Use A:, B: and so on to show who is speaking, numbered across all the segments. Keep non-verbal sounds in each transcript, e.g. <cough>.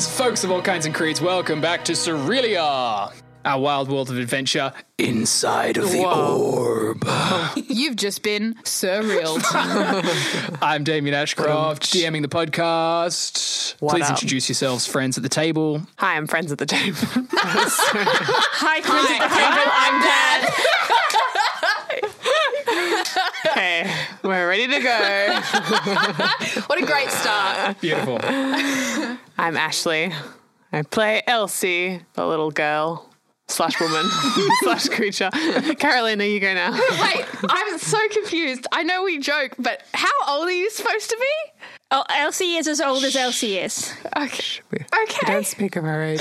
A: folks of all kinds and creeds, welcome back to Cerelia, our wild world of adventure inside of the orb.
B: <laughs>
C: You've just been surreal.
A: I'm Damien Ashcroft, DMing the podcast.
B: What
A: Please
B: up?
A: introduce yourselves, friends at the table.
B: Hi, I'm friends at the table. <laughs>
C: Hi, friends at the table. I'm Dad.
B: <laughs> hey, we're ready to go.
C: <laughs> What a great start.
A: Beautiful.
B: I'm Ashley. I play Elsie, the little girl slash woman <laughs> slash creature. Carolina, you go now.
D: Wait, I'm so confused. I know we joke, but how old are you supposed to be?
E: Oh, Elsie is as old as Elsie is.
D: Okay.
B: Don't
D: Okay.
B: speak of our age.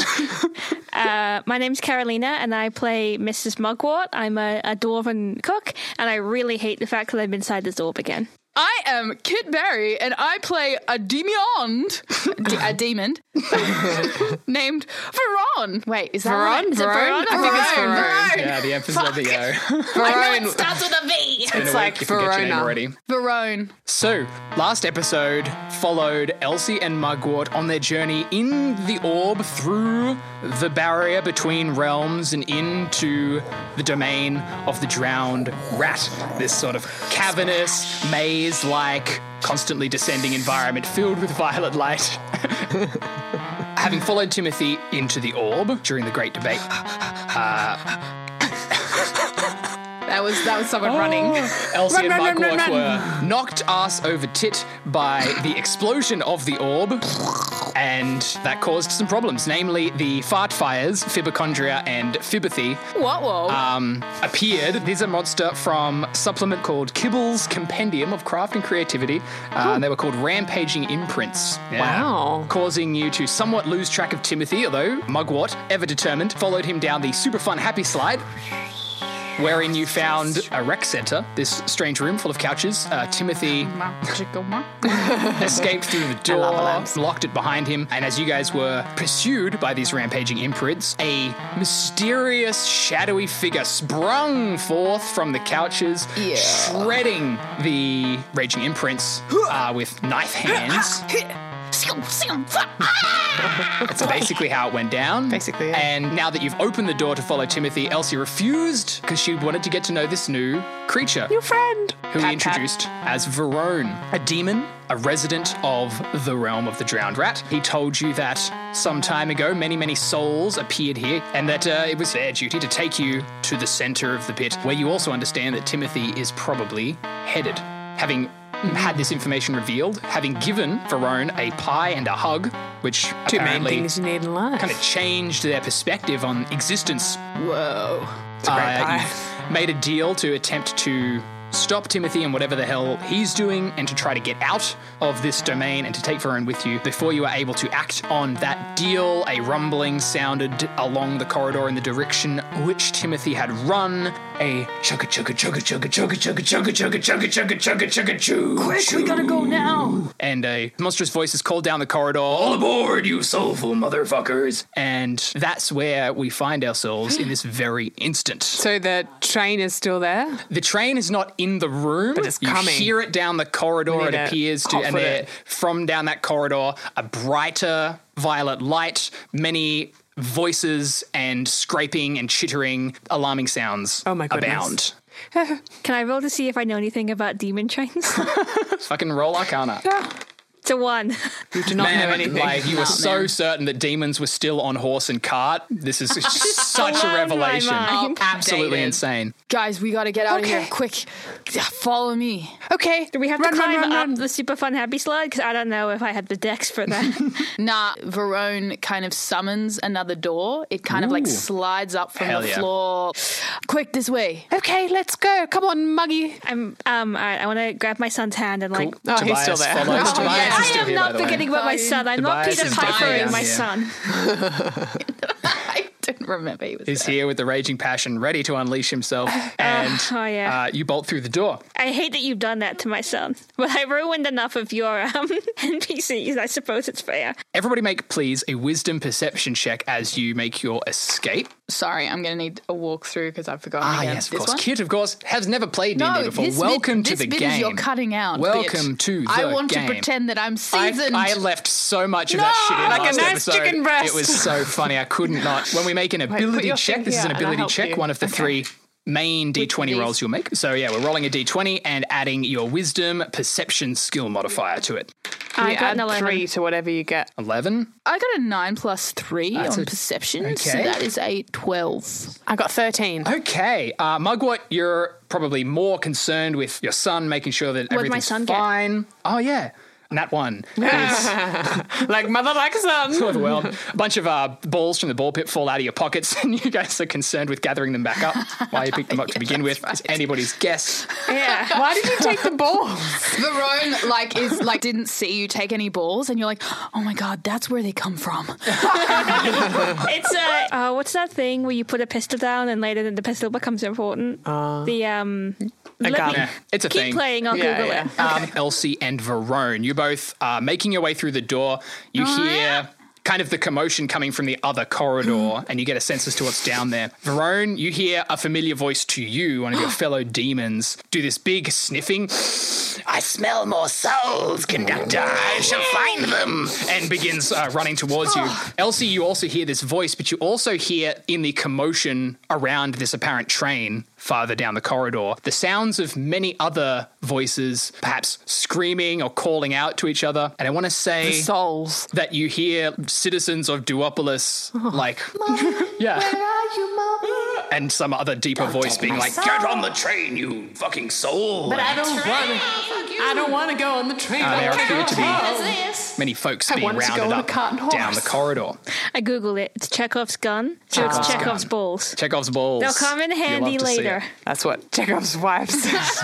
E: Uh, my name's Carolina, and I play Mrs. Mugwort. I'm a, a dwarven cook, and I really hate the fact that I'm inside this orb again.
D: I am Kit Barry, and I play a demiond, de- a demon <laughs> named Veron. Wait, is that Right?
B: Veron?
D: Is it
B: Veron?
D: Veron?
B: I think it's
D: Veron.
B: Veron.
D: Veron.
A: Yeah, the emphasis on the O.
B: Verone,
D: starts with a V.
A: It's
B: like Verona.
A: already.
D: Veron.
A: So, last episode followed Elsie and Mugwort on their journey in the orb through the barrier between realms and into the domain of the drowned rat. This sort of cavernous, maze like, constantly descending environment filled with violet light. <laughs> Having followed Timothy into the orb during the Great Debate,
D: That was that was someone running.
A: <laughs> Elsie and
B: Oh. Run, run,
A: Mugwort
B: run, run,
A: were knocked ass over tit by the explosion of the orb, and that caused some problems, namely the fart fires, Fibochondria and Fibothy,
C: Oh.
D: What? Whoa.
A: um, appeared. These are monster from a supplement called Kibble's Compendium of Craft and Creativity, uh, and they were called Rampaging Imprints. Yeah.
B: Wow.
A: Causing you to somewhat lose track of Timothy, although Mugwort, ever determined, followed him down the super fun happy slide. Wherein you found a rec center, this strange room full of couches. Uh, Timothy
C: <laughs>
D: Magical mark.
A: escaped through
B: <laughs>
A: the door, locked it behind him, and as you guys were pursued by these rampaging imprints, a mysterious, shadowy figure sprung forth from the couches, shredding the raging imprints uh, with knife hands. That's basically how it went down.
B: Basically, yeah.
A: And now that you've opened the door to follow Timothy, Elsie refused because she wanted to get to know this new creature
B: Your friend.
A: who we introduced as Verone, a demon, a resident of the realm of the drowned rat. He told you that some time ago, many, many souls appeared here, and that uh, it was their duty to take you to the center of the pit, where you also understand that Timothy is probably headed. Having had this information revealed, having given Verone a pie and a hug, which
B: Two main
A: apparently
B: things you need in life.
A: kind of changed their perspective on existence.
D: Whoa.
A: Uh,
B: pie.
A: you've made a deal to attempt to stop Timothy and whatever the hell he's doing and to try to get out of this domain and to take Varun with you. Before you are able to act on that deal, a rumbling sounded along the corridor in the direction which Timothy had run. A chugga chugga chugga chugga chugga chugga chugga chugga chugga chugga chugga chugga choo. Quick, we gotta go now. And a monstrous voice is called down the corridor. All aboard, you soulful motherfuckers. And that's where we find ourselves
B: <gasps>
A: in this very instant.
B: so the train is still there.
A: The train is not in the room, but
B: it's
A: you
B: coming.
A: hear it down the corridor.
B: need
A: It
B: to
A: appears to,
B: hot
A: and
B: foot
A: there,
B: it.
A: from down that corridor, a brighter violet light, many voices and scraping and chittering, alarming sounds.
B: Oh my goodness.
A: Abound.
E: Can I roll to see if I know anything about demon trains?
A: Fucking roll Arcana.
E: it's a one.
B: You do not know
A: Man,
B: anything.
A: like you were so certain that demons were still on horse and cart. This is such a
E: blown my
A: revelation.
E: mind.
A: Absolutely insane.
D: Guys, we gotta get out of
B: Okay.
D: here quick. Follow me.
B: okay,
E: Do we have
B: run,
E: to climb
B: run, run,
E: up
B: run.
E: the super fun happy slide? Because I don't know if I had the decks for that.
D: Nah, Verone kind of summons another door. It kind of like
A: Ooh.
D: slides up from
A: Hell
D: the
A: yeah.
D: floor. Quick, this way. <laughs>
B: Okay, let's go. Come on, Muggy.
E: I'm um. All right, I want to grab my son's hand and like.
B: Oh, he's still
A: Tobias
B: there.
A: follows.
B: Oh,
A: Tobias
D: yeah.
A: is
E: I
A: still
E: am
A: here, by
E: not
A: the way.
E: forgetting about my son. I'm
A: Tobias
E: not Peter
A: is dying
E: Pipering my
A: down here.
E: son.
D: I don't didn't remember he was.
A: is here with the raging passion, ready to unleash himself, and
E: oh, yeah.
A: uh, you bolt through the door.
E: I hate that you've done that to my son, <laughs> but I ruined enough of your um, <laughs> NPCs. I suppose it's fair.
A: Everybody, make please a wisdom perception check as you make your escape.
D: Sorry, I'm going to need a walkthrough because I've forgotten.
A: Ah,
D: again.
A: yes, of
D: This
A: course.
D: one?
A: Kid, of course, has never played
D: No,
A: D&D before.
D: this bit-
A: Welcome to
D: this
A: the
D: bit
A: game.
D: is your cutting out.
A: Welcome
D: bitch.
A: to the
D: I want
A: game.
D: to pretend that I'm
A: I-
D: seasoned.
A: I, left so much of that shit in
B: Like a
A: last
B: nice
A: episode.
B: chicken breast.
A: It was so funny. I could not. When we make an ability
B: your
A: check,
B: thing
A: this is
B: here
A: an
B: and I'll
A: ability
B: help
A: check,
B: you.
A: one of the three main d20 rolls you'll make. So yeah, we're rolling a d20 and adding your wisdom perception skill modifier to it.
E: I
B: You
E: got an
B: add
E: 11.
B: three to whatever you get.
A: 11.
D: I got a nine plus three on
A: a-
D: perception, so
A: okay.
D: that is a twelve.
B: I got 13.
A: Okay. Uh, Mugwort, you're probably more concerned with your son, making sure that
E: did my
A: everything's
E: son get?
A: fine. Oh, yeah. And that
B: <laughs>
A: one is
B: <laughs> like mother, like son.
A: overwhelmed. A bunch of uh, balls from the ball pit fall out of your pockets, <laughs> and you guys are concerned with gathering them back up. Why you picked them
E: <laughs>
A: up to begin with is anybody's guess.
B: <laughs> Yeah. Why did you take the ball? <laughs>
D: Verone like <laughs> is like didn't see you take any balls, and you're like, oh my god, that's where they come from.
E: It's a uh, what's that thing where you put a pistol down and later the pistol becomes important?
A: Uh,
E: the um, let
B: got
E: me-
B: it.
A: It's a
E: keep
A: thing.
E: playing. I'll
B: Yeah,
E: Google
B: yeah.
E: it.
A: um, Elsie and Verone. You both are making your way through the door. You
E: Oh,
A: hear kind of the commotion coming from the other
E: Mm.
A: corridor, and you get a sense as to what's down there. Verone, you hear a familiar voice to you, one of
E: <gasps>
A: your fellow demons, do this big sniffing. I smell more souls, conductor. I shall find them. And begins uh, running towards you. Elsie, you also hear this voice, but you also hear in the commotion around this apparent train farther down the corridor the sounds of many other voices, perhaps screaming or calling out to each other. And I want to say
B: Souls.
A: that you hear citizens of Duopolis like, <laughs> yeah. And some other deeper voice being like, "Get on the train, you fucking soul!"
B: I don't want. I don't want to go on the train.
A: Uh, there appear to be
E: Yes.
A: many folks being
B: wanted to go
A: rounded
B: on a
A: up
B: cart and
A: down the
B: horse.
A: corridor.
E: I Googled it. It's Chekhov's gun. So
A: Chekhov's
E: it's Chekhov's
A: gun.
E: balls.
A: Chekhov's balls.
E: They'll come in
A: You'll love
E: handy
A: to see
E: later.
A: it.
B: That's what Jacob's wife <laughs> says.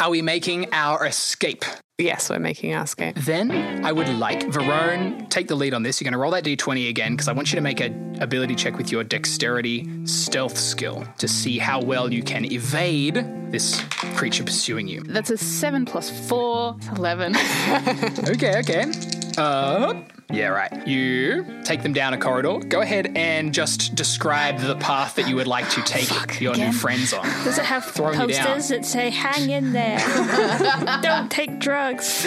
A: Are we making our escape?
B: yes, we're making our escape.
A: Then I would like Verone take the lead on this. You're going to roll that d20 again because I want you to make an ability check with your dexterity stealth skill to see how well you can evade this creature pursuing you.
D: That's a seven plus four, it's eleven. <laughs>
A: Okay, okay. Uh, yeah, right. You take them down a corridor. Go ahead and just describe the path that you would like to take your
D: again.
A: new friends on.
E: Does it have
A: Throwing you down.
E: posters that say "Hang
A: <laughs>
E: in there, don't take drugs"?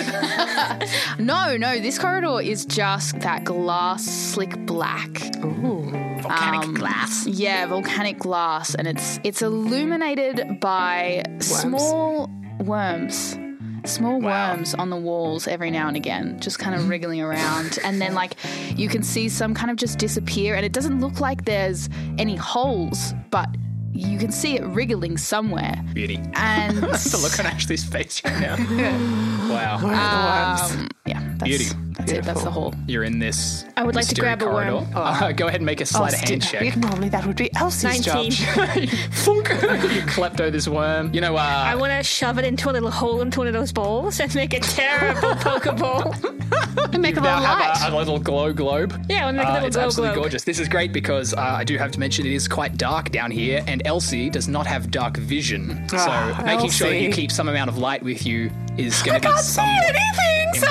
D: No, no, this corridor is just that glass, slick black.
A: Volcanic glass.
D: Yeah, volcanic glass, and it's it's illuminated by small worms. Small
A: Wow. Mm-hmm.
D: worms on the walls every now and again, just kind of wriggling around. And then, like, you can see some kind of just disappear, and it doesn't look like there's any holes, but you can see it wriggling somewhere.
A: Beauty. <laughs>
D: And
A: The look on Ashley's face right now.
E: <laughs>
A: wow.
D: um, yeah, that's,
A: Beauty.
D: That's it. That's the whole.
A: You're in this.
E: I would like to
A: mystery
E: grab a worm. Oh.
A: corridor. <laughs> Uh, go ahead and make a sleight of hand check.
B: Normally that would be Elsie's
E: Nineteen.
B: job.
A: <laughs> Funk. you <laughs> klepto this worm. You know, uh,
E: I want to shove it into a little hole into one of those balls and make a <laughs> terrible pokeball.
D: Make a
A: now have a, a little glow globe.
E: Yeah, I wanna make a
A: Uh,
E: little
A: It's
E: glow
A: absolutely
E: globe.
A: gorgeous. This is great because uh, I do have to mention it is quite dark down here, and Elsie does not have dark vision. So
B: Ah,
A: making sure that you
B: Elsie.
A: keep some amount of light with you is
E: <laughs>
A: going to be somewhat
B: anything.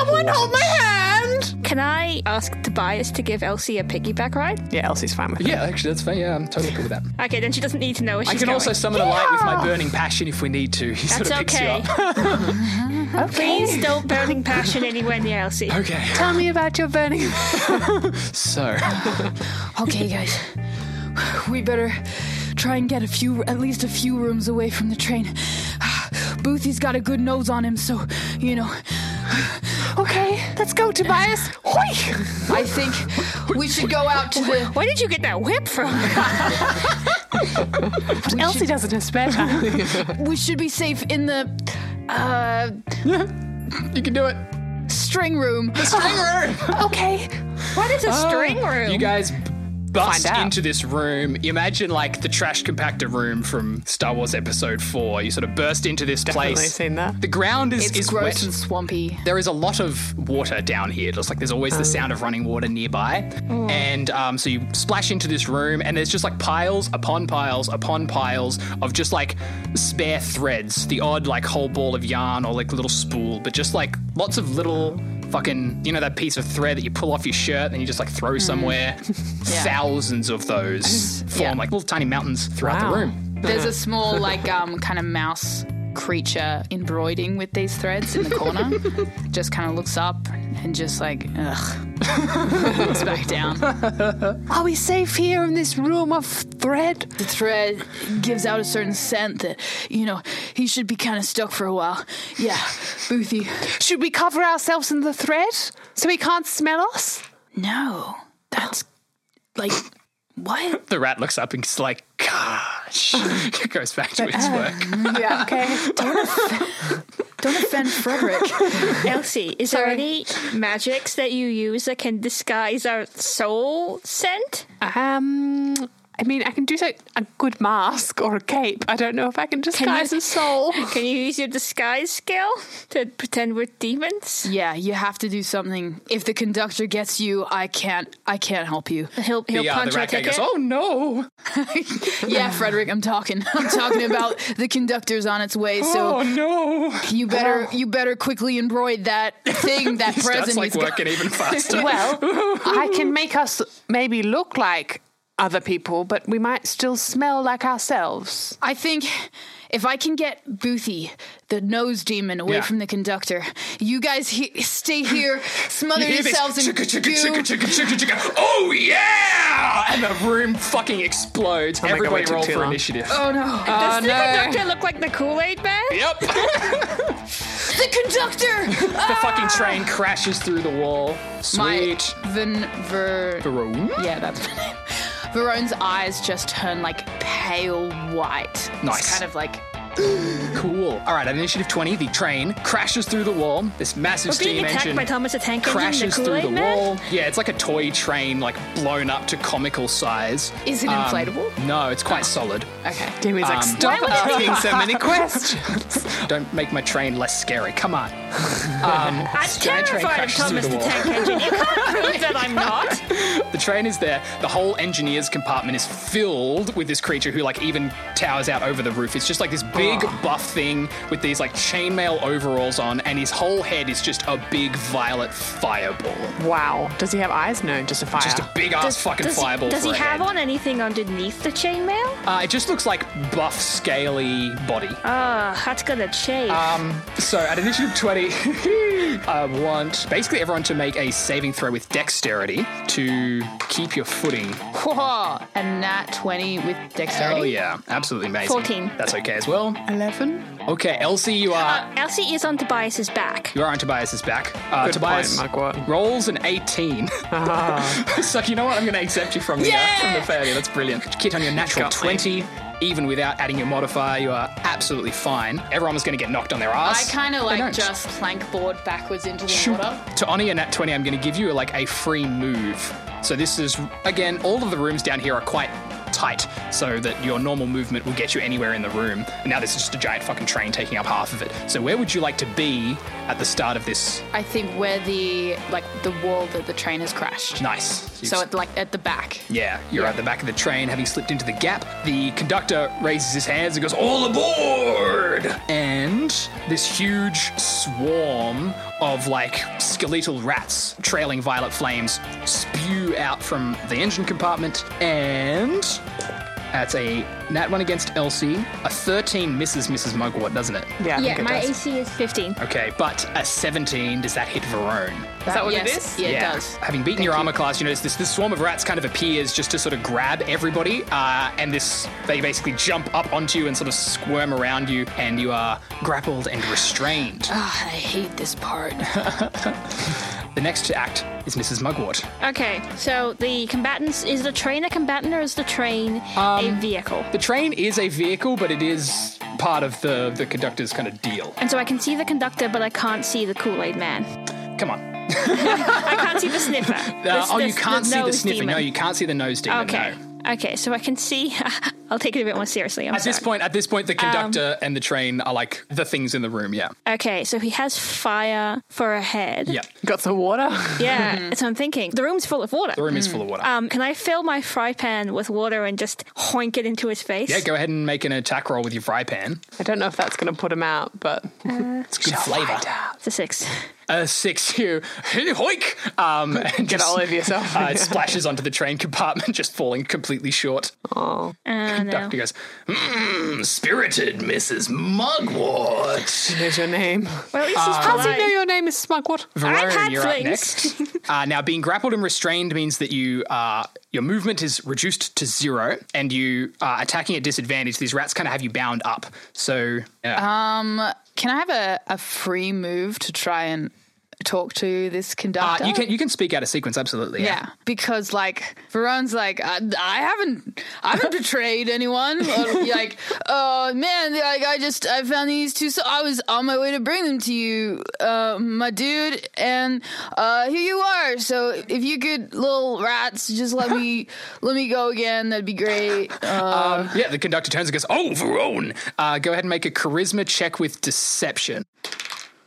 B: hand.
E: Can I ask Tobias to give Elsie a piggyback ride?
B: Yeah, Elsie's fine with
A: <laughs>
B: it.
A: Yeah, actually, that's fine. Yeah, I'm totally cool with that.
E: Okay, then she doesn't need to know. Where
A: I
E: she's
A: can
E: going.
A: also summon a light with my burning passion if we need to. <laughs> He sort
E: That's
A: of picks
E: okay.
A: you up.
E: <laughs> Please don't burning passion anywhere near Elsie.
A: Okay.
B: Tell me about your burning.
A: So,
D: Okay, guys. We better try and get a few, at least a few rooms away from the train. <sighs> Boothie's got a good nose on him, so, you know, <sighs>
B: Okay, let's go, Tobias. Hoi!
D: I think we should go out to the.
E: Where did you get that whip from?
B: Elsie doesn't have spare <laughs> time.
D: We should be safe in the. Uh,
A: you can do it.
D: string room.
A: String room!
D: <laughs>
B: okay.
E: Oh. <laughs> What is a string room?
A: You guys bust
B: out.
A: into this room. Imagine like the trash compactor room from Star Wars Episode Four. You sort of burst into this
B: Definitely
A: place.
B: seen that.
A: The ground is
D: It's
A: is
D: gross
A: wet
D: and swampy.
A: there is a lot of water down here. Just like there's always the sound of running water nearby. And um, so you splash into this room, and there's just like piles upon piles upon piles of just like spare threads, the odd like whole ball of yarn or like little spool, but just like lots of little fucking, you know, that piece of thread that you pull off your shirt and you just like throw somewhere. Thousands of those form
D: Yeah.
A: like little tiny mountains throughout
B: Wow.
A: the room.
D: There's a small like um kind of mouse creature embroidering with these threads in the corner. just kind of looks up and just like ugh, <laughs> looks back down.
B: Are we safe here in this room of thread?
D: The thread gives out a certain scent that you know he should be kind of stuck for a while. Yeah, Boothie.
B: Should we cover ourselves in the thread so he can't smell us?
D: No, that's like what?
A: The rat looks up and is like, gosh, <laughs> it goes back to its work.
B: Yeah, okay. <laughs>
D: Don't offend Frederick.
E: Elsie, is there any magics that you use that can disguise our soul scent?
B: Um, I mean, I can do so, a good mask or a cape. I don't know if I can disguise a <laughs> soul.
E: Can you use your disguise skill to pretend we're demons?
D: <laughs> yeah, you have to do something. If the conductor gets you, I can't. I can't help you.
E: He'll, he'll
A: Yeah,
E: punch
A: the
E: our
A: rat guy
E: ticket.
A: goes, oh no.
D: Yeah, Frederick, I'm talking. <laughs> I'm talking about the conductor's on its way, so
A: oh no!
D: you better you better quickly embroid that
A: <laughs>
D: thing, that present.
A: That's like
D: he's got.
A: working even
D: <laughs>
A: faster.
B: Well, <laughs> I can make us maybe look like other people, but we might still smell like ourselves.
D: I think if I can get Boothie, the nose demon, away
A: Yeah.
D: from the conductor, you guys he- stay here, smother
A: You hear this,
D: yourselves in
A: "Chugga, chugga, chugga,
D: goo.
A: chugga, chugga, chugga." Oh yeah! And the room fucking explodes.
B: Oh my God, we
A: Everybody
B: took
A: roll
B: too
A: for
B: long.
A: initiative.
D: Oh no!
A: Uh,
E: Does the conductor look like the Kool Aid Man?
A: Yep.
D: the conductor. Ah!
A: the fucking train crashes through the wall.
D: My
A: Sweet.
D: Vin Ver.
A: Vroom.
D: Yeah, that's my name. Verone's eyes just turn like pale white.
A: Nice.
D: It's kind of like
A: Cool. All right, at initiative 20, the train crashes through the wall. This massive
E: We're being
A: steam
E: attacked
A: engine
E: by Thomas the Tank Engine, the
A: crashes
E: Kool
A: through
E: Aid
A: the
E: Man.
A: wall. Yeah, it's like a toy train, like blown up to comical size.
D: Is it
A: Um,
D: inflatable?
A: no, it's quite solid.
D: okay.
B: Damien's like,
E: Um,
B: stop asking so
E: <laughs>
B: many questions.
A: Don't make my train less scary. Come on.
E: I'm
A: train
E: terrified of
A: crashes through
E: Thomas
A: the
E: the
A: wall.
E: Tank Engine.
A: <laughs>
E: You can't prove that I'm not.
A: The train is there. The whole engineer's compartment is filled with this creature who, like, even towers out over the roof. It's just like this big buff thing with these, like, chainmail overalls on, and his whole head is just a big violet fireball.
B: Wow. Does he have eyes? No, just a fire.
A: Just a big ass fucking
E: does
A: fireball.
E: he, does
A: for
E: he
A: a
E: have
A: head.
E: on anything underneath the chainmail?
A: Uh, it just looks like buff, scaly body. Uh,
E: Ah, that's gonna change.
A: So at initiative 20, <laughs> I want basically everyone to make a saving throw with dexterity to keep your footing.
D: Whoa. And nat 20 with dexterity.
A: Oh, yeah. Absolutely amazing.
E: 14.
A: That's okay as well.
B: 11?
A: Okay, Elsie, you are.
E: uh, Elsie is on Tobias's back.
A: You are on Tobias's back. Uh,
B: Good
A: Tobias
B: point, Ah. Mugwort.
A: rolls an 18. <laughs> so you know what? I'm going to accept you from the, uh, from the failure. That's brilliant. Kit on your natural
B: Got me.
A: 20. Even without adding your modifier, you are absolutely fine. Everyone was going to get knocked on their
D: I
A: ass.
D: kind of
A: They
D: like
A: don't.
D: just plank board backwards into the
A: Shoot.
D: water.
A: To honor your nat 20, I'm going to give you like a free move. So this is again, all of the rooms down here are quite tight, so that your normal movement will get you anywhere in the room. And now this is just a giant fucking train taking up half of it. So where would you like to be at the start of this?
D: I think where the like the wall that the train has crashed.
A: Nice. You've
D: So at like at the back.
A: Yeah, you're at the back of the train, having slipped into the gap. The conductor raises his hands and goes, All aboard! And this huge swarm of like skeletal rats trailing violet flames spew out from the engine compartment. And that's a nat one against Elsie. A 13 misses Mrs. Mugwort, doesn't it?
B: Yeah, I
E: Yeah,
B: think it
E: my
B: does.
E: AC is 15.
A: Okay, but a 17, does that hit Verone?
D: Is
B: that what it
D: yes,
B: is?
D: Yeah, it does.
A: Having beaten your armor class, you notice this, this swarm of rats kind of appears just to sort of grab everybody, uh, and this they basically jump up onto you and sort of squirm around you, and you are grappled and restrained.
D: Ah, I hate this part.
A: the next to act is Mrs. Mugwort.
E: Okay, so the combatants is the train a combatant or is the train
A: Um,
E: a vehicle?
A: The train is a vehicle, but it is part of the the conductor's kind of deal.
E: And so I can see the conductor, but I can't see the Kool Aid Man.
A: Come on. Uh, <laughs>
E: I can't see the sniffer. This-
A: oh, you
E: this-
A: can't
E: the
A: see the
E: nose
A: sniffing.
E: demon.
A: No, you can't see the nose demon.
E: Okay.
A: no.
E: Okay, so I can see. <laughs> I'll take it a bit more seriously. I'm
A: At this
E: sorry.
A: point, at this point, the conductor
E: Um,
A: and the train are like the things in the room. Yeah.
E: Okay, so he has fire for a head.
A: Yeah.
B: Got some water? <laughs>
A: <laughs>
E: Yeah. so I'm thinking the room's full of water.
A: The room is full of water.
E: Um, can I fill my fry pan with water and just hoink it into his face?
A: yeah. Go ahead and make an attack roll with your fry pan.
B: I don't know if that's going to put him out, but
A: It's good flavor.
E: It's a six.
A: A six. <laughs> You hoik. Um, and
B: get
A: just-
B: all over yourself.
A: Uh, it splashes onto the train compartment, <laughs> just falling completely short. <laughs>
E: Uh, no.
A: Doctor goes, mm, spirited Mrs. Mugwort.
B: There's your <laughs> name.
E: Well, at least
A: Uh,
E: he's
B: How does he
E: polite.
B: know your name is Smugwort?
E: I've
A: Verone,
E: had
A: you're up
E: flings.
A: next. Uh, now, being grappled and restrained means that you uh, your movement is reduced to zero, and you are attacking at disadvantage. These rats kind of have you bound up. So, yeah.
D: <laughs> Can I have a, a free move to try and talk to this
A: Uh,
D: conductor?
A: you can you can speak out of sequence, absolutely.
D: Yeah. because like Verone's like I, I haven't I haven't betrayed anyone. Or, like oh man, like I just I found these two. So I was on my way to bring them to you, uh, my dude, and uh, here you are. So if you could, little rats, just let me let me go again. That'd be great. Uh,
A: Um, yeah, the conductor turns and goes, "Oh, Verone, uh, go ahead and make a charisma check with deception."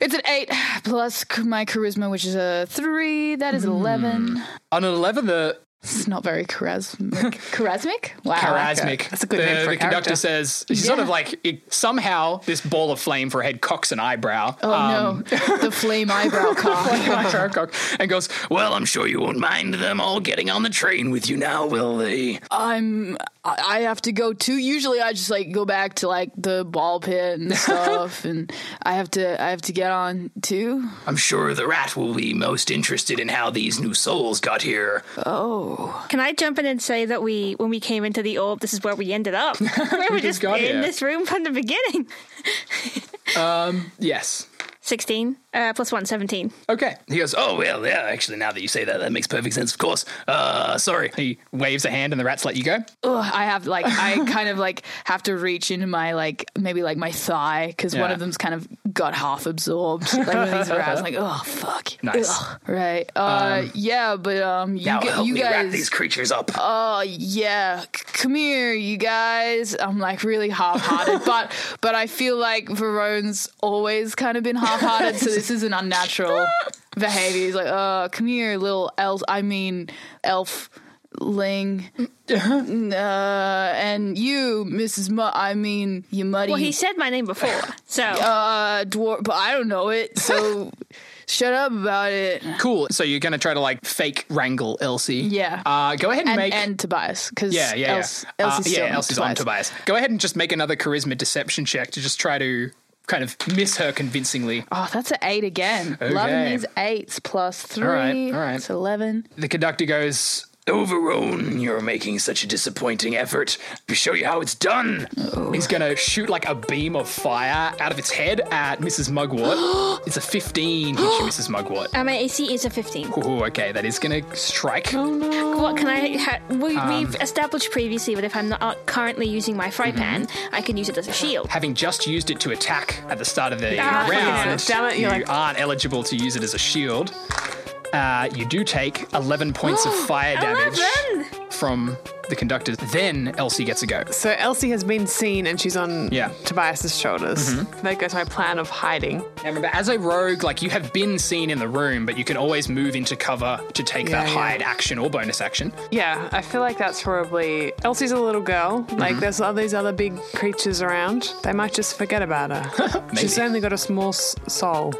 D: it's an eight plus c- my charisma, which is a three. That is eleven.
A: On an eleven, the
D: It's not very charismatic. charismatic? Wow.
A: Charismatic.
B: That's a good
A: the,
B: name for a
A: The conductor
B: character.
A: says she's sort of like it, somehow this ball of flame for a head cocks an eyebrow. <laughs>
D: Oh no, the flame eyebrow cock.
A: Eyebrow cock, and goes, Well, I'm sure you won't mind them all getting on the train with you now, will they?
D: I'm I I have to go to usually I just like go back to like the ball
A: <laughs>
D: pit and stuff and I have to I have to get on too.
A: I'm sure the rat will be most interested in how these new souls got here.
E: Can I jump in and say that we, when we came into the orb, this is where we ended
A: <laughs>
E: up? we were just in
A: got here.
E: this room from the beginning.
A: Yes.
E: 16 uh, plus 1, 17.
A: Okay. He goes, Oh, well, yeah, actually, now that you say that, that makes perfect sense, of course. Uh, sorry. He waves a hand and the rats let you go.
D: Ugh, I have
A: <laughs>
D: like I kind of like have to reach into my like maybe like my thigh cuz one
A: Yeah.
D: of them's kind of got half absorbed like when he's around like oh fuck.
A: Nice.
D: Ugh. Right. Uh yeah, but um you
A: Now
D: gu-
A: help
D: you
A: me wrap
D: guys
A: these creatures up.
D: oh yeah c- come here you guys i'm like
A: <laughs>
D: really half-hearted but but i feel like verone's always kind of been half-hearted so this is
A: <laughs>
D: an unnatural behavior he's like oh come here little elf i mean elf ling
A: Uh-huh.
D: uh, and you mrs Mu- i mean you muddy
E: Well, he said my name before,
A: <laughs>
E: so
D: uh dwarf but i don't know it so shut up about it
A: Cool. So you're going to try to like fake wrangle Elsie.
D: Yeah.
A: Uh, go ahead and,
D: and,
A: make.
D: and Tobias, because
A: yeah, yeah,
D: Else,
A: yeah.
D: Elsie's
A: uh,
D: still
A: yeah, Elsie's on Tobias. Go ahead and just make another charisma deception check to just try to kind of miss her convincingly.
D: Oh, that's an eight again. Loving
A: Okay.
D: these eights plus three.
A: right, all right.
D: It's eleven.
A: The conductor goes, Overrun, you're making such a disappointing effort. I'll show you how it's done. He's going to shoot like a beam of fire out of its head at Mrs.
D: <gasps>
A: Mugwort. it's a 15 hit you, Mrs. Mugwort.
E: uh, my AC is a 15.
A: Ooh, okay, that is going to strike.
E: What can I? Ha- we, we've
A: Um,
E: established previously that if I'm not uh, currently using my fry
A: Mm-hmm.
E: pan, I can use it as a shield.
A: Having just used it to attack at the start of the
E: Ah, fucking
A: round,
B: damn it,
A: you
B: you're like-
A: aren't eligible to use it as a shield. Uh, you do take 11 points <gasps> of fire damage
E: 11!
A: from the conductor. Then Elsie gets a go.
B: So Elsie has been seen and she's on
A: Yeah.
B: Tobias's shoulders. There goes my plan of hiding.
A: Now remember, as a rogue, like you have been seen in the room, but you can always move into cover to take
B: Yeah,
A: that
B: yeah.
A: hide action or bonus action.
B: Yeah, I feel like that's probably Elsie's a little girl.
A: Mm-hmm.
B: Like there's all these other big creatures around. They might just forget about her.
A: <laughs>
B: she's
A: Maybe.
B: only got a small s- soul,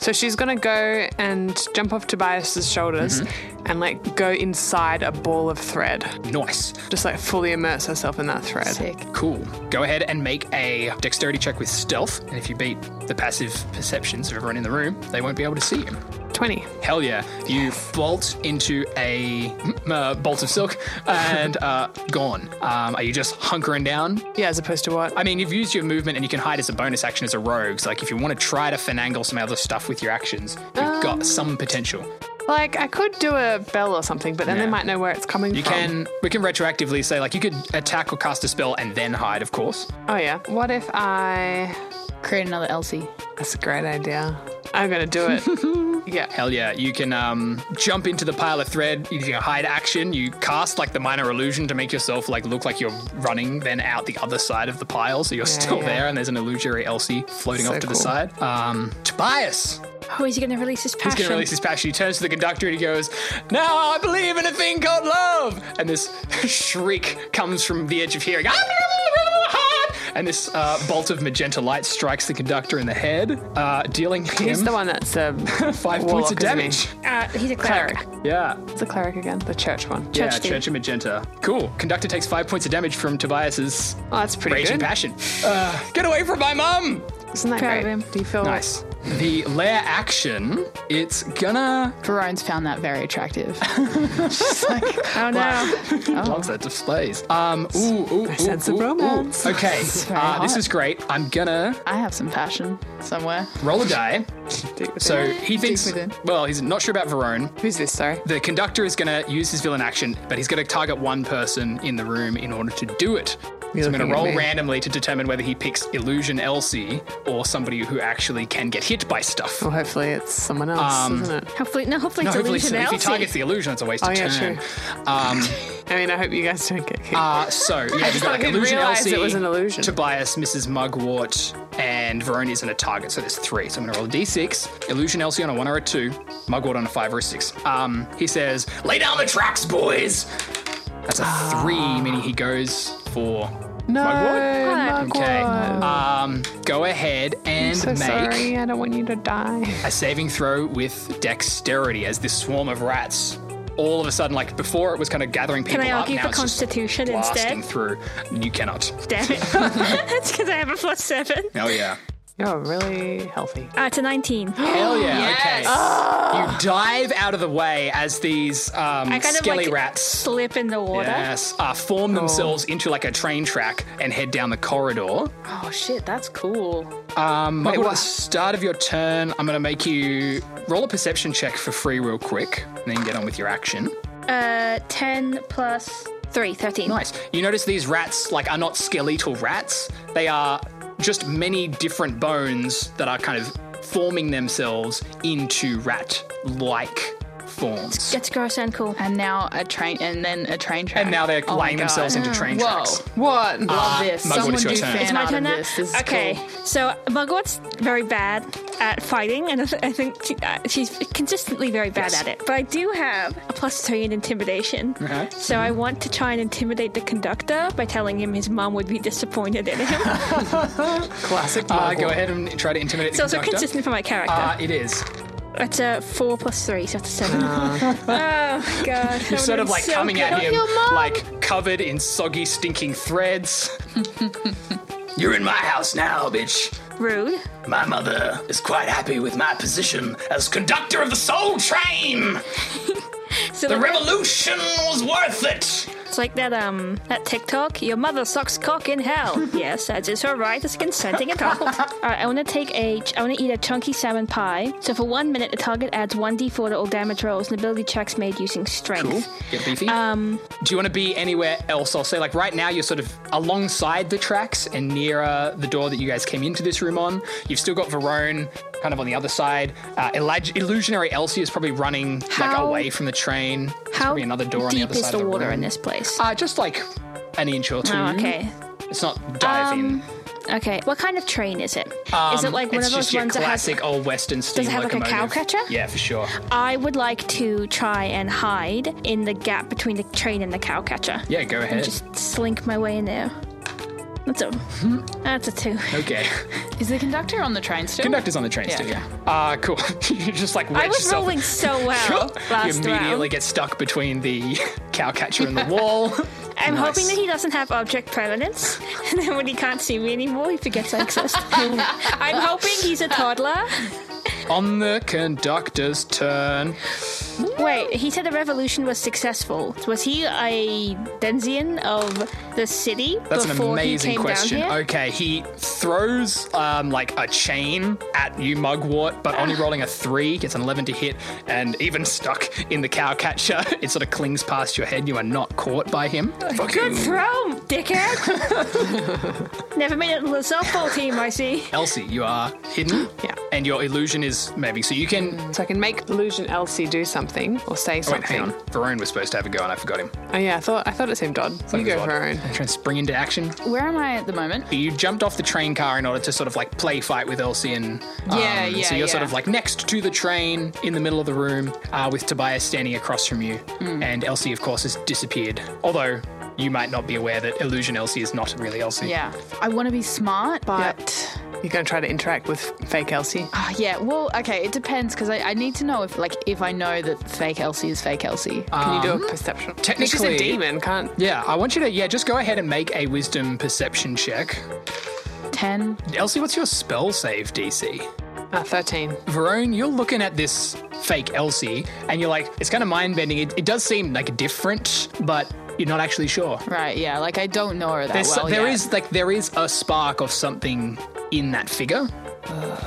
B: so she's gonna go and jump off Tobias's shoulders
A: Mm-hmm.
B: and like go inside a ball of thread.
A: Nice.
B: Just like fully immerse herself in that thread.
D: Sick.
A: Cool. Go ahead and make a dexterity check with stealth, and if you beat the passive perceptions of everyone in the room, they won't be able to see you.
B: Twenty.
A: Hell yeah. You bolt into a mm, uh, bolt of silk and uh, gone. Um, are you just hunkering down?
B: Yeah, as opposed to what?
A: I mean, you've used your movement and you can hide as a bonus action as a rogue. So, like, if you want to try to finagle some other stuff with your actions, you've got some potential.
B: Like I could do a bell or something, but then
A: Yeah.
B: they might know where it's coming
A: You
B: from.
A: can we can retroactively say like you could attack or cast a spell and then hide, of course.
B: Oh yeah. What if I?
D: Create another Elsie.
A: <laughs>
B: That's a great idea. I'm gonna do it. you Yeah.
A: Hell yeah. You can um, jump into the pile of thread using a hide action. You cast like the minor illusion to make yourself like look like you're running then out the other side of the pile. So you're still
B: yeah.
A: there and there's an illusory Elsie floating
B: So
A: off to the
B: cool.
A: side. Um, Tobias.
E: Oh, is he going to release his passion?
A: He's going to release his passion. He turns to the conductor and he goes, Now I believe in a thing called love. And this <laughs> shriek comes from the edge of hearing. And this uh, bolt of magenta light strikes the conductor in the head, uh, dealing
B: He's
A: him
B: the one that's um,
A: <laughs>
B: a
A: five points of
B: warlock, isn't he?
A: damage.
E: Uh, he's a cleric.
B: Cleric.
A: Yeah.
B: It's a cleric again. The church one.
A: yeah,
E: Church dude.
A: Church of Magenta. Cool. Conductor takes five points of damage from Tobias's
B: Oh, that's pretty
A: raging
B: good.
A: passion. Uh, get away from my mum!
B: Isn't that
D: Proud of
B: great?
D: him.
B: Do you feel
A: Nice. The lair action, it's gonna.
D: Verone's found that
A: <laughs>
D: very attractive. She's like,
E: Oh, no.
A: Loves that displays. Um, ooh, ooh, ooh,
B: sense of
A: ooh, ooh.
B: romance.
A: Okay,
D: very
A: uh, this
D: hot.
A: is great. I'm gonna
D: I have some passion somewhere.
A: roll a die. So he thinks.
D: within.
A: Well, he's not sure about Verone.
B: Who's this? Sorry.
A: The conductor is gonna use his villain action, but he's gonna target one person in the room in order to do it.
B: You're
A: so I'm going to
B: looking at
A: roll
B: me.
A: randomly to determine whether he picks Illusion Elsie or somebody who actually can get hit by stuff.
B: Well, hopefully it's someone else,
A: Um,
B: isn't it?
E: Hopefully, no, hopefully
A: No,
E: it's
A: hopefully,
E: illusion
A: if he
E: Elsie. <laughs>
A: targets the illusion, it's a waste
B: Oh,
A: of
B: yeah,
A: turn.
B: true.
A: Um,
B: I mean, I hope you guys don't get kicked.
A: uh, so, yeah, you've got like
B: fucking
A: illusion
B: realised
A: Elsie,
B: it was an illusion.
A: Tobias, Mrs. Mugwort, and Verone isn't a target, so there's three. So I'm going to roll a d6. Illusion Elsie on a one or a two, Mugwort on a five or a six. Um, he says, "Lay down the tracks, boys." That's a three, meaning he goes for
B: Ah. no,
A: Mugwort.
E: Oh,
B: Mugwort.
A: Okay. Um, go ahead and
B: So
A: make
B: sorry, I don't want you to die.
A: <laughs> a saving throw with dexterity as this swarm of rats all of a sudden like before it was kind of gathering people
E: Can I
A: up
E: argue
A: now
E: for
A: it's just
E: constitution
A: blasting
E: instead?
A: through you cannot
E: Damn it. <laughs> That's because I have a plus seven.
A: oh yeah
B: You're really healthy.
E: Uh, to 19.
A: hell yeah okay you dive out of the way as these um,
E: I kind of
A: skelly
E: like
A: rats
E: <gasps> slip in the water.
A: yes uh, form themselves into like a train track and head down the corridor
D: Oh shit, that's cool.
A: Um, Michael, at the start of your turn i'm going to make you roll a perception check for free real quick and then get on with your action
E: Uh, 10 plus 3, 13.
A: Nice. You notice these rats, like, are not skeletal rats. They are just many different bones that are kind of forming themselves into rat-like forms.
E: It's gross and cool.
D: And now a train, and then a train track.
A: And now they're
D: Oh my
A: laying
D: God.
A: themselves into train
D: Whoa.
A: tracks.
B: What?
A: Uh,
D: Love this.
A: Mugwort,
D: Someone
A: it's
D: do
A: your turn.
D: fan
A: It's
E: It's my
D: art
E: turn
D: of
E: now.
D: this. This is
E: okay,
D: cool.
E: so Mugwort's very bad at fighting, and I, th- I think she, uh, she's consistently very bad at it. But I do have a plus three in intimidation,
A: Okay.
E: so I want to try and intimidate the conductor by telling him his mom would be disappointed
A: <laughs>
E: in him.
B: Classic.
A: Uh,
B: Mugwort.
A: go ahead and try to intimidate
E: it's
A: the
E: also
A: conductor.
E: consistent for my character.
A: Uh, it is.
E: That's a uh, four plus three, so that's a seven. <laughs> oh god,
A: You're sort of like coming at him, like covered in soggy, stinking
D: <laughs>
A: threads. You're in my house now, bitch.
E: Rude.
A: My mother is quite happy with my position as conductor of the Soul Train.
E: <laughs> So
A: The
E: like-
A: revolution was worth it.
E: It's like that um that TikTok. Your mother sucks cock in hell. yes, that is her right as a consenting adult. All right, I want to take a. ch- I want to eat a chunky salmon pie. So for one minute, the target adds one d4 to all damage rolls and ability checks made using strength.
A: Get beefy. Um, Do you want to be anywhere else? I'll say, like, right now you're sort of alongside the tracks and nearer the door that you guys came into this room on. You've still got Verone kind of on the other side. Uh, Illag- Illusionary Elsie is probably running like
E: How-
A: away from the train. There's
E: How
A: probably another door on the
E: deep
A: other
E: is
A: side
E: the,
A: of the
E: water
A: room.
E: in this place?
A: Uh, just like an inch or two.
E: oh, okay. Um,
A: It's not dive in.
E: Okay. What kind of train is it? Is it like
A: Um,
E: one
A: it's
E: of those
A: just your
E: ones that has?
A: classic old Western steam
E: it have, like, a
A: locomotive.
E: cowcatcher?
A: Yeah, for sure.
E: I would like to try and hide in the gap between the train and the cow catcher.
A: Yeah, go ahead.
E: Just slink my way in there. That's
A: <laughs>
E: a. That's a two.
A: Okay. <laughs>
D: Is the conductor on the train still?
A: Conductor's on the train
D: Yeah.
A: still. Yeah. Uh, cool. <laughs> you just like wedge
E: I was
A: yourself. <laughs>
E: rolling so well last
A: you immediately
E: round.
A: get stuck between the <laughs> cow catcher and the wall. <laughs>
E: I'm
A: Nice.
E: hoping that he doesn't have object permanence, <laughs> and then when he can't see me anymore, he forgets
A: <laughs>
E: I exist. I'm hoping he's a toddler.
A: On the conductor's turn.
E: Wait, he said the revolution was successful. Was he a Denzian of the city
A: That's an
E: before he
A: amazing
E: came
A: question.
E: down here?
A: Okay, he throws um, like a chain at you, Mugwort, but
E: Ah.
A: only rolling a three, gets an 11 to hit, and even stuck in the cow catcher, <laughs> it sort of clings past your head. You are not caught by him.
E: Good throw,
A: <laughs>
E: dickhead. Never made it to the softball team, I see.
A: Elsie, you are hidden.
B: Yeah.
A: and your illusion is moving. So you can.
B: So I can make illusion Elsie do something or say
A: Oh, wait,
B: something.
A: hang on. Varone was supposed to have a go, and I forgot him.
B: Oh yeah, I thought I thought it seemed odd. you go
A: Odd.
B: for her own.
A: I'm trying to spring into action.
D: Where am I at the moment?
A: You jumped off the train car in order to sort of like play fight with Elsie and um,
D: Yeah, yeah,
A: So you're sort
D: yeah.
A: of like next to the train in the middle of the room uh, with Tobias standing across from you, and Elsie of course has disappeared. Although you might not be aware that illusion Elsie is not really Elsie.
D: Yeah. I want to be smart, but
B: You're gonna try to interact with fake Elsie.
D: Ah, yeah. Well, okay. It depends because I, I need to know if like if I know that fake Elsie is fake Elsie.
A: Uh,
B: Can you do a perception? she's
A: Um, technically-
B: a demon, can't?
A: Yeah, I want you to yeah just go ahead and make a wisdom perception check.
D: Ten.
A: Elsie, what's your spell save DC?
B: Ah, Thirteen.
A: Verone, you're looking at this fake Elsie and you're like, it's kind of mind bending. It, it does seem like different, but you're not actually sure.
D: Right. Yeah. Like I don't know her that
A: There's,
D: well.
A: there
D: yet.
A: is, like there is a spark of something in that
D: <sighs>
A: figure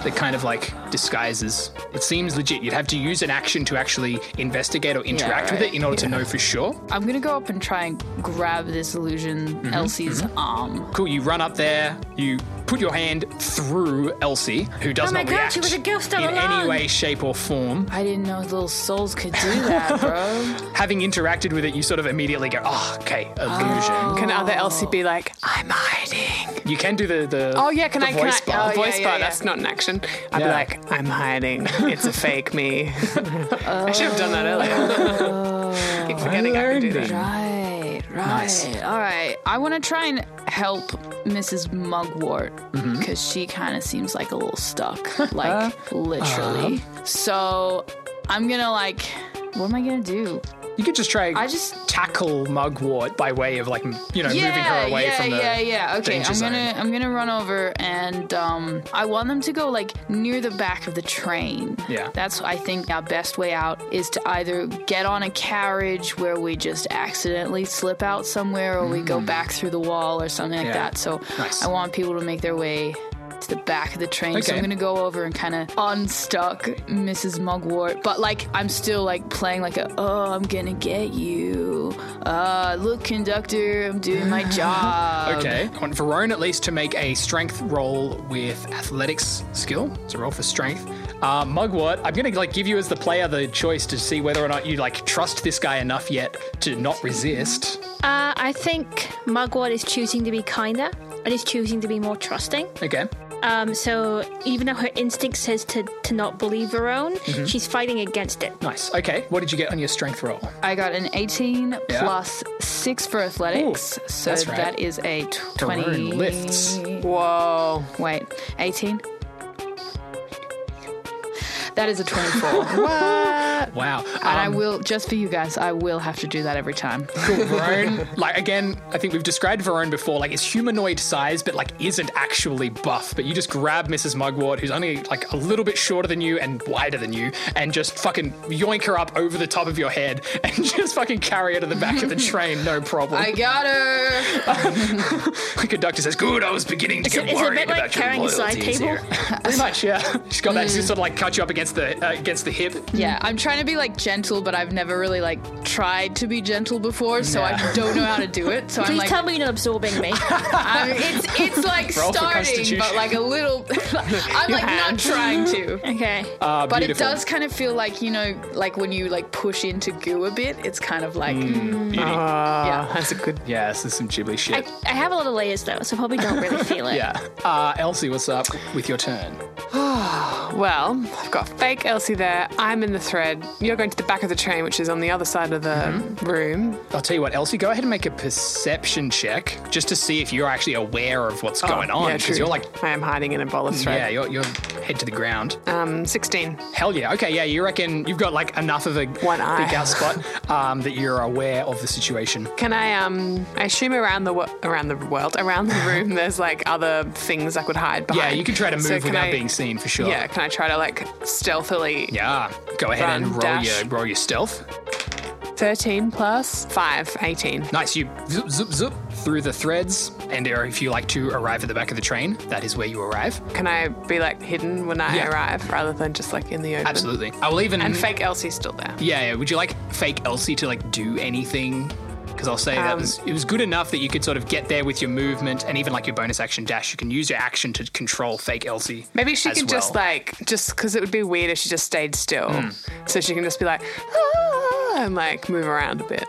A: that kind of like disguises. It seems legit. You'd have to use an action to actually investigate or interact with
D: right.
A: it in order to know for sure.
D: I'm gonna go up and try and grab this illusion Elsie's arm.
A: Cool. You run up there. You put your hand through Elsie, who does
E: Oh my
A: not
E: God,
A: react
E: she was a ghost
A: in
E: all
A: any
E: along.
A: way, shape, or form.
D: I didn't know little souls could do that, bro.
A: Having interacted with it, you sort of immediately go, "Oh, okay, illusion."
E: Oh.
B: Can other Elsie be
A: Oh.
B: like, I'm hiding?
A: You can do the the.
B: Oh yeah, can
A: the
B: I? Can
A: voice
B: I?
A: bar.
B: oh, voice
D: yeah,
B: bar.
D: yeah.
B: That's not an action. I'd
A: Yeah.
B: be like, I'm hiding. It's a fake <laughs> me. I should have done that earlier. Keep forgetting I can do that.
D: right. Right. All right. I want to try and help Mrs. Mugwort because she kind of seems like a little stuck, like literally. So I'm gonna like. What am I gonna do?
A: You could just try.
D: I just
A: tackle Mugwort by way of like m- you know
D: yeah,
A: moving her away
D: yeah,
A: from the.
D: yeah, yeah. Okay,
A: danger
D: I'm
A: zone.
D: gonna I'm gonna run over and um, I want them to go like near the back of the train.
A: Yeah.
D: that's I think our best way out is to either get on a carriage where we just accidentally slip out somewhere, or we go back through the wall or something like
A: Mm. Yeah.
D: that. So
A: Nice.
D: I want people to make their way. To the back of the train, so
A: Okay.
D: I'm gonna go over and kind of unstuck Mrs. Mugwort, but like I'm still like playing like a oh I'm gonna get you, uh look conductor I'm doing
A: <laughs>
D: my job.
A: Okay. I want Verone at least to make a strength roll with athletics skill. It's a roll for strength. Uh, Mugwort, I'm gonna like give you as the player the choice to see whether or not you like trust this guy enough yet to not resist.
E: Uh, I think Mugwort is choosing to be kinder and is choosing to be more trusting.
A: Okay.
E: Um, so even though her instinct says to, to not believe her own,
A: Mm-hmm.
E: she's fighting against it.
A: Nice. Okay. What did you get on your strength roll?
D: I got an 18
A: Yeah.
D: plus six for athletics, so
A: that's right.
D: that is a t- 20.
A: Varone lifts.
B: Whoa.
D: Wait, 18. That is a
A: <laughs>
D: 24. and
A: Wow.
D: I
A: Um,
D: will, just for you guys, I will have to do that every time.
A: cool.
E: <laughs>
A: Verone, like again, I think we've described Verone before. Like, is humanoid size, but like isn't actually buff. But you just grab Mrs. Mugwort, who's only like a little bit shorter than you and wider than you, and just fucking yoink her up over the top of your head, <laughs> and just fucking carry her to the back
E: <laughs>
A: of the train, no problem.
D: I got her.
A: the conductor says, "Good, I was beginning to
E: Is
A: get
E: it- is it a
A: worried
E: bit like
A: about your
E: carrying a side
A: loyalties
E: table? <laughs> Hmm.
A: here." Pretty much, yeah. She's got that. She sort of like cut you up against the uh, against the hip.
D: Yeah, I'm trying to be like gentle, but I've never really like tried to be gentle before, so I don't know how to do it. So I'm
E: Please
D: like,
E: tell me you're not absorbing
A: <laughs>
E: me.
D: I'm, it's it's like
A: Roll for
D: starting,
A: constitution.
D: but like a little. <laughs> I'm like not
B: hand.
D: trying to,
E: okay.
A: Uh,
D: but
A: beautiful.
D: it does kind of feel like you know, like when you like push into goo a bit, it's kind of like
A: Beauty.
B: Yeah, Ah, that's a good.
A: yeah, this is some Ghibli shit.
E: I, I have a lot of layers though, so probably don't really feel it.
A: yeah. Uh, Elsie, what's up with your turn?
B: Well, I've got fake Elsie there. I'm in the thread. You're going to the back of the train, which is on the other side of the
A: Mm-hmm.
B: room.
A: I'll tell you what, Elsie, go ahead and make a perception check just to see if you're actually aware of what's going on.
B: Oh, Yeah,
A: Because
B: true.
A: you're like, Mm,
B: I am hiding in a ball of
A: yeah,
B: thread.
A: you're, you're head to the ground.
B: Um, 16.
A: Hell yeah. Okay, yeah, you reckon you've got like enough of a
B: One eye.
A: big out spot um, that you're aware of the situation.
B: Can I um? I assume around the wo- around the world, around the
A: <laughs>
B: room, there's like other things I could hide
A: Yeah,
B: behind.
A: you can try to move
B: So can
A: without
B: I-
A: being seen for sure.
B: Yeah, can I try to like stealthily?
A: Yeah. Go ahead
B: Run,
A: and roll
B: dash.
A: your roll your stealth.
B: 13 plus 5, 18.
A: Nice. You zip, zip, zip through the threads, and or if you like to arrive at the back of the train, that is where you arrive.
B: Can I be like hidden when I
A: Yeah.
B: arrive rather than just like in the open?
A: Absolutely. I will even
B: And fake Elsie's still there.
A: Yeah, yeah. Would you like fake Elsie to like do anything because I'll say
B: Um,
A: that was it was good enough that you could sort of get there with your movement and even like your bonus action dash. You can use your action to control fake Elsie.
B: Maybe she
A: as
B: could just
A: well. Hmm.
B: like, just because it would be weird if she just stayed still. So she can just be like, ah, and like move around a bit.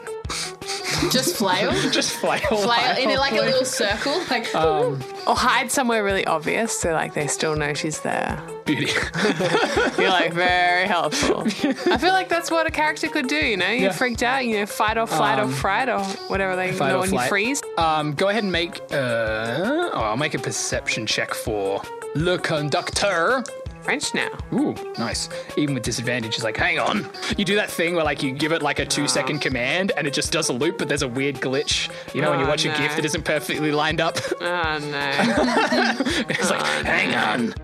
C: Just
A: <laughs>
C: flail.
A: just flail, Ah.
C: Flail in like a little circle. Like,
B: Or hide somewhere really obvious so like they still know she's there.
A: <laughs>
B: <laughs>
A: beauty. <laughs>
B: You're like very helpful. I feel like that's what a character could do, you know? You're
A: Yeah. Um,
B: freaked out, you know, fight or flight or fright or whatever they
A: fight or
B: know when you
A: flight.
B: freeze.
A: um, go ahead and make. Uh, oh, I'll make a perception check for le conducteur.
B: French now.
A: Ooh, nice. Even with disadvantage, it's like, hang on. You do that thing where like you give it like a two second command and it just does a loop, but there's a weird glitch. You know, when you
B: Oh,
A: watch a GIF
B: no.
A: that isn't perfectly lined up. <laughs>
B: Oh no.
A: It's like, hang on.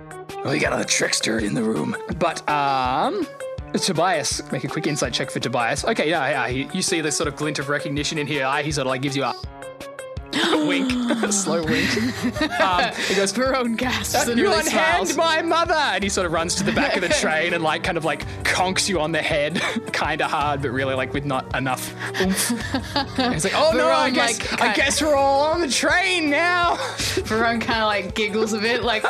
A: We got a trickster in the room. But, um. Tobias, make a quick insight check for Tobias. Okay, yeah, yeah. he- You see this sort of glint of recognition in here. eye. He sort of like gives <gasps> you a wink, a slow wink. Um, he goes,
D: Verone gasps and
A: you
D: really
A: unhand
D: smiles.
A: my mother! And he sort of runs to the back of the
D: <laughs>
A: train and like kind of like conks you on the head, <laughs> kind of hard, but really like with not enough
D: <laughs>
A: oomph. And he's like, oh no, I
D: Verone,
A: guess,
D: like,
A: I
D: kind-
A: guess we're all on the train now.
D: Verone kind of like giggles a bit, like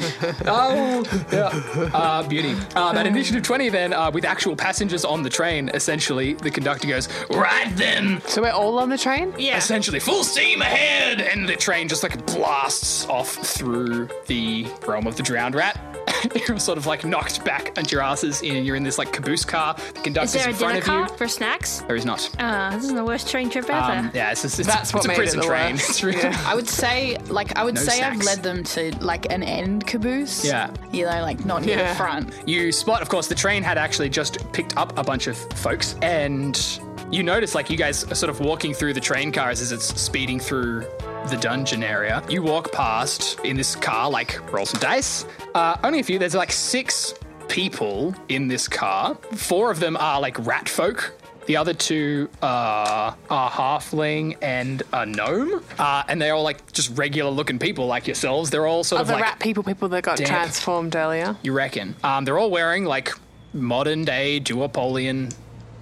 A: Oh, yeah. Uh, beauty. Um, at initiative 20, then, uh, with actual passengers on the train, essentially, the conductor goes, Right then!
B: so we're all on the train?
E: Yeah.
A: Essentially, full steam ahead! And the train just like blasts off through the realm of the drowned rat. <laughs> you're sort of like knocked back onto your asses, and you're in this like caboose car. The
E: Is
A: conductor's
E: there a
A: in front
E: dinner
A: of
E: cart
A: you.
E: for snacks?
A: There is not.
E: Uh, this is the worst train trip ever.
A: Um, yeah, it's, just, it's,
B: That's what
A: it's a
B: made it
A: prison
B: the
A: train. <laughs>
B: worst.
A: It's really-
B: Yeah.
D: I would say, like I would
A: No
D: say, I've
A: snacks.
D: led them to like an end caboose.
A: Yeah.
D: you know, like not near
B: Yeah.
D: the front.
A: you spot, of course, the train had actually just picked up a bunch of folks, and you notice like you guys are sort of walking through the train cars as it's speeding through the dungeon area. You walk past in this car, like roll some dice. Uh, only a few. There's like six people in this car. Four of them are like rat folk. The other two uh, are halfling and a gnome, uh, and they're all like just regular looking people like yourselves. They're all sort
B: Are
A: of
B: the
A: like
B: rat people people that got
A: Damp.
B: transformed earlier?
A: you reckon? Um, they're all wearing like modern day duopolian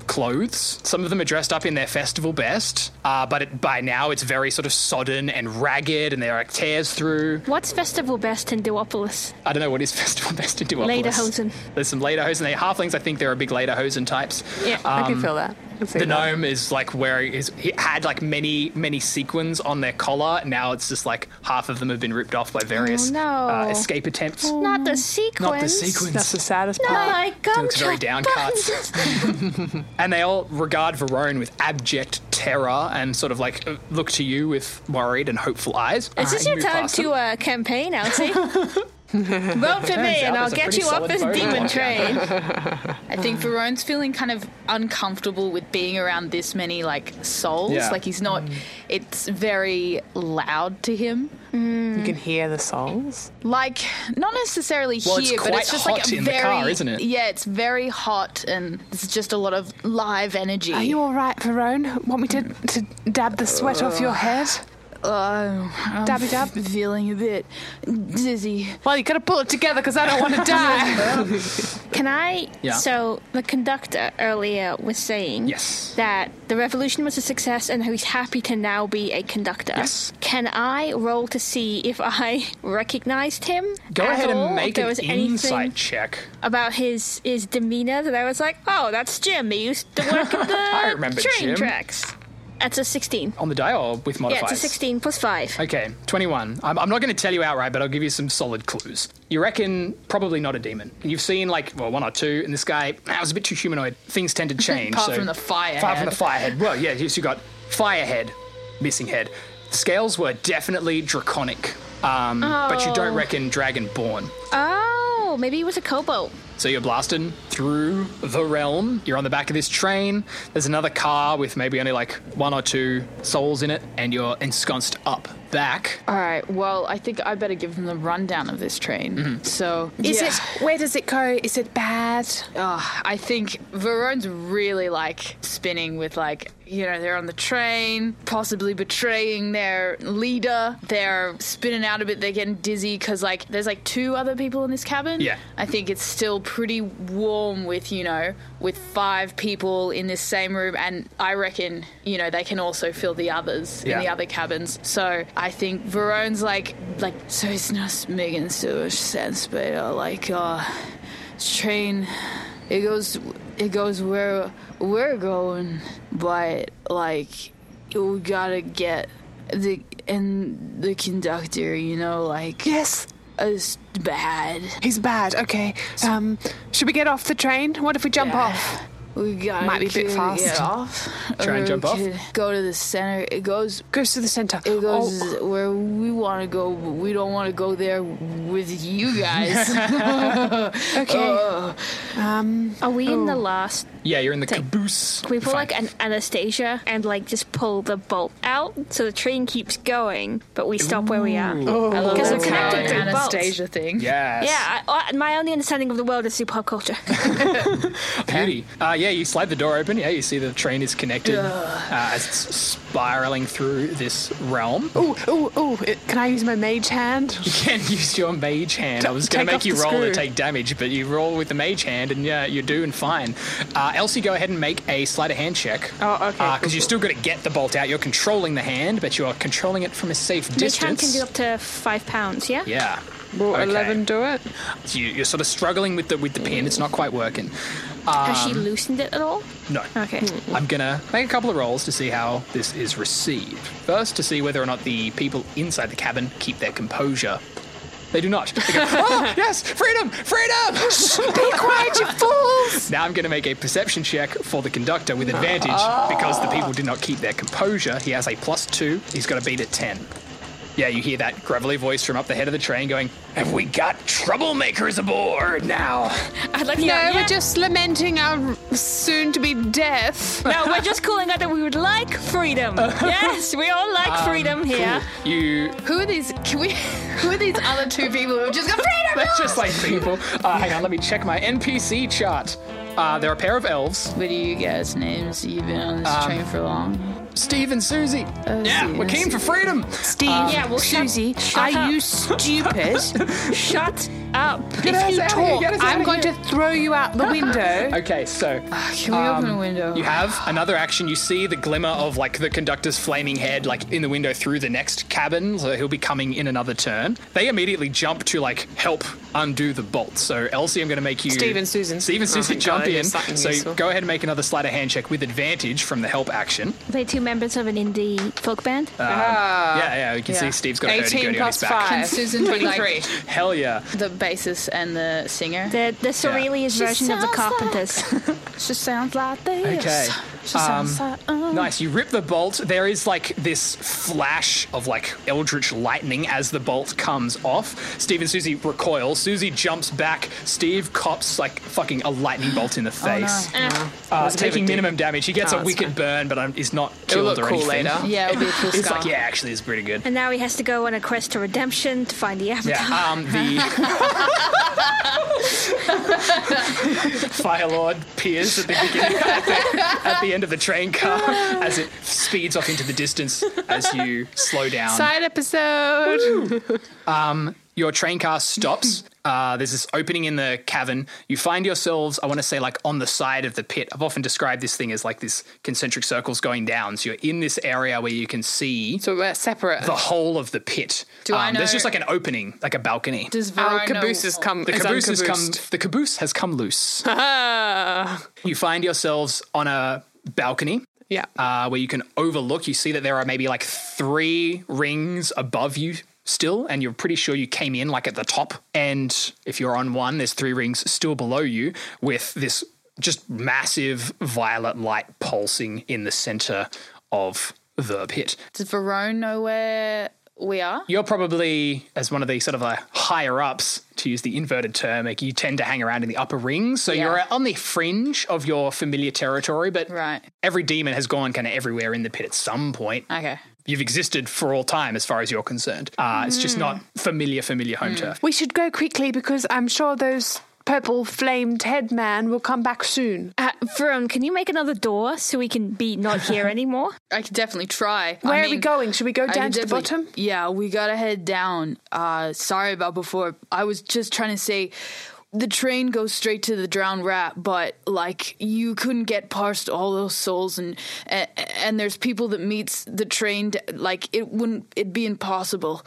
A: clothes. Some of them are dressed up in their festival best, uh, but it, by now it's very sort of sodden and ragged, and there are like, tears through.
E: What's festival best in Duopolis?
A: I don't know what is <laughs> festival best in Duopolis.
E: Lederhosen.
A: There's some lederhosen. They halflings. I think there are big lederhosen types. Uh,
E: Yeah.
B: I can feel that. I can see
A: The
B: that.
A: gnome is like wearing is he had like many many sequins on their collar. Now it's just like half of them have been ripped off by various
E: Oh, no.
A: uh, escape attempts.
E: Not the sequence.
A: Not the sequins.
B: That's the saddest
E: Oh
B: part.
E: my god.
A: looks very downcast. and they all regard Verone with abject terror and sort of like uh, look to you with worried and hopeful eyes. Ah,
E: Is this your time to uh, campaign,
A: <laughs>
E: Elsie? Vote for me
A: out
E: and I'll
A: there's a
E: get
A: pretty
E: you off
A: solid
E: this
A: vote.
E: demon train.
D: I think Verone's feeling kind of uncomfortable with being around this many like souls.
A: Yeah.
D: Like he's not. It's very loud to him.
B: You can hear the souls.
D: Like not necessarily
A: Well, it's
D: here, but
A: quite
D: it's just
A: hot
D: like a
A: in the
D: very
A: car, isn't it?
D: Yeah, it's very hot, and there's just a lot of live energy.
B: Are you all right, Verone? Want me to, to dab the sweat off your head?
D: Uh, I'm
B: Dabby dab.
D: feeling a bit dizzy.
B: Well, you gotta pull it together because I don't want <laughs> to die.
E: Can I?
A: Yeah.
E: So the conductor earlier was saying
A: Yes.
E: that the revolution was a success and he's happy to now be a conductor.
A: Yes.
E: Can I roll to see if I <laughs> recognized him?
A: Go
E: at
A: ahead and
E: all? If
A: make
E: there
A: an
E: was
A: insight
E: anything
A: check.
E: about his his demeanor that I was like, oh, that's Jim. He used to work
A: <laughs>
E: at the
A: I remember
E: train
A: Jim. Oh,
E: tracks. That's a sixteen.
A: On the die or with
E: Yeah,
A: modifiers?
E: it's a sixteen plus five.
A: Okay, 21. I'm, I'm not going to tell you outright, but I'll give you some solid clues. You reckon probably not a demon. You've seen like, well, one or two, and this guy, that was a bit too humanoid. Things tend to change.
D: <laughs> Apart
A: so-
D: from the firehead.
A: Apart from the firehead. Well, yeah, you you got firehead, missing head. Scales were definitely draconic, um, but you don't
E: Oh.
A: reckon dragonborn.
E: Oh, maybe he was a kobold.
A: So you're blasting through the realm. You're on the back of this train. There's another car with maybe only like one or two souls in it, and you're ensconced up back.
D: All right. Well, I think I better give them the rundown of this train. So
B: Is
D: Yeah.
B: it? Where does it go? Is it bad?
D: Oh, I think Verone's really like spinning with like you know they're on the train, possibly betraying their leader. They're spinning out a bit. They're getting dizzy because like there's like two other people in this cabin.
A: Yeah.
D: I think it's still pretty warm dorm with, you know, with five people in this same room, and I reckon, you know, they can also fill the others
A: Yeah.
D: in the other cabins. So I think Verone's like, like, so it's not making so much sense, but uh, like, uh, train, it goes, it goes where we're going, but like, we gotta get the and the conductor, you know, like
B: Yes,
D: is bad.
B: he's bad. Okay. Um, should we get off the train? What if we jump
D: Yeah.
B: off?
D: We got
B: Might be a bit fast.
D: Get off.
A: Try and
D: Or
A: jump off?
D: we could Go to the center. It goes.
B: Goes to the center.
D: It goes
B: Oh,
D: where we want to go, but we don't want to go there with you <laughs> guys.
B: okay.
D: Ugh.
B: Um,
E: Are we in the last?
A: Yeah, you're in the
E: Take-
A: caboose.
E: Can we pull
A: Fine.
E: like an Anastasia and like just pull the bolt out so the train keeps going, but we stop where we are?
D: I love
E: Because
D: that
E: they're connected
D: Taylor
E: through
D: and
E: bolts.
D: Anastasia thing.
A: Yes.
E: Yeah, I, I- my only understanding of the world is through pop <laughs> culture.
A: Beauty. Uh, yeah, you slide the door open. Yeah, you see the train is connected uh, as it's spiraling through this realm.
B: ooh, ooh, ooh. It, can I use my mage hand?
A: You can <laughs> use your mage hand. I was going
B: Take
A: to
B: off
A: make you
B: the
A: roll to
B: screw.
A: take damage, but you roll with the mage hand, and yeah, you're doing fine. Uh, Elsie, go ahead and make a sleight of hand check.
B: Oh, okay,
A: Because
B: cool,
A: you still got to get the bolt out. You're controlling the hand, but you are controlling it from a safe
E: Each hand
A: distance.
E: can do up to five pounds. Yeah.
A: yeah.
B: Will
A: Okay.
B: eleven do it?
A: So you, you're sort of struggling with the with the pin. It's not quite working.
E: Has she loosened it at all?
A: No.
E: Okay.
A: I'm gonna make a couple of rolls to see how this is received. First, to see whether or not the people inside the cabin keep their composure. They do not. They <laughs> go, oh, yes, freedom, freedom! Be quiet, you fools! <laughs> Now I'm gonna make a perception check for the conductor with advantage because the people did not keep their composure. He has a plus two, he's got to beat a 10. Yeah, you hear that gravelly voice from up the head of the train going, Have we got troublemakers aboard now?
E: I'd like to
B: No,
E: go, yeah.
B: we're just lamenting our soon-to-be death.
E: No, we're just calling out that we would like <laughs> freedom. yes, we all like freedom here.
A: You
D: Who are these? Can we? <laughs> Who are these other two people who have <laughs> just got freedom?
A: That's just like people. Uh, hang on, let me check my NPC chart. Uh, there are a pair of elves,
D: What do you guys' names? You've been on this train for long.
A: Steve and Susie. Um, yeah,
D: Oh, Susie
A: we're
D: and
A: keen for freedom.
B: Steve,
E: yeah, well, shut-
B: Susie,
E: shut
B: are
A: <laughs>
E: up.
B: you stupid?
E: Shut up.
B: if you
A: us out of here,
B: talk,
A: get us out
B: I'm
A: of
B: going
A: here.
B: to throw you out the <laughs> window.
A: Okay, so um,
D: Can we open a window?
A: you have another action. You see the glimmer of like the conductor's flaming head, like in the window through the next cabin. So he'll be coming in another turn. They immediately jump to like help undo the bolt. So Elsie, I'm going to make you
B: Steve and Susan.
A: Steve and
B: Oh,
A: Susan
B: thank
A: jump
B: God, I did
A: in.
B: something
A: So
B: useful.
A: go ahead and make another sleight of hand check with advantage from the help action.
E: Are they two members of an indie folk band?
A: yeah, yeah, you can see Steve's got a hurdy-gurdy
B: 18
A: on his
B: Uh, plus
A: back. <laughs>
B: 5.
D: Susan be like
A: Hell yeah.
D: the bassist and the singer.
E: the the Sorelia's
D: She
E: version of the
D: sounds like-
E: Carpenters.
D: She sounds like this.
A: Okay. um,
D: She sounds like. Uh,
A: Nice. You rip the bolt. There is like this flash of like eldritch lightning as the bolt comes off. Steve and Susie recoil. Susie jumps back. Steve cops like fucking a lightning bolt
D: <gasps>
A: in the
D: Oh,
A: face.
E: Eh,
A: uh,
B: a bit of
A: taking
B: a dick.
A: minimum damage. He gets
B: Oh,
A: a
B: that's
A: wicked
B: fine.
A: burn, but um, is not
B: It'll
A: killed
B: look
A: or
B: cool
A: anything.
B: later.
D: yeah, it'll be a cool
A: It's
D: scar.
A: like, yeah, actually, it's pretty good.
E: and now he has to go on a quest to redemption to find the Avatar.
A: Yeah, um, the Fire Lord peers at the beginning, at the, at the end of the train car as it speeds off into the distance as you slow down.
B: Side episode.
A: Your train car stops. Uh, there's this opening in the cavern. You find yourselves, I want to say, like on the side of the pit. I've often described this thing as like this concentric circles going down. So you're in this area where you can see
B: So we're separate.
A: the whole of the pit. Um,
D: Do I
A: There's
D: know-
A: just like an opening, like a balcony.
D: Does
B: Our
D: Verona-
B: caboose has come.
A: the
B: is
A: caboose has come.
B: uncaboosed. <laughs>
A: The caboose has come loose.
B: Ah.
A: <laughs> You find yourselves on a balcony
B: yeah.
A: uh, where you can overlook. You see that there are maybe like three rings above you still, and you're pretty sure you came in like at the top. And if you're on one, there's three rings still below you with this just massive violet light pulsing in the center of the pit.
D: Does Verone know where we are?
A: You're probably, as one of the sort of uh, higher ups, to use the inverted term, like you tend to hang around in the upper rings. So
D: Yeah.
A: you're on the fringe of your familiar territory, but
D: Right.
A: every demon has gone kind of everywhere in the pit at some point.
D: Okay.
A: You've existed for all time, as far as you're concerned. Uh, It's just
D: Mm.
A: not familiar, familiar home turf.
B: We should go quickly because I'm sure those purple flamed head man will come back soon.
E: Uh, Verone, can you make another door so we can be not here anymore?
D: I could definitely try.
B: Where
D: I
B: are we
D: mean,
B: going? Should we go
D: I
B: down
D: could
B: to the
D: definitely-
B: bottom?
D: Yeah, we gotta head down. Uh, sorry about before. I was just trying to say the train goes straight to the drowned rat, but like you couldn't get past all those souls, and and, and there's people that meets the train. to- Like it wouldn't, it'd be impossible.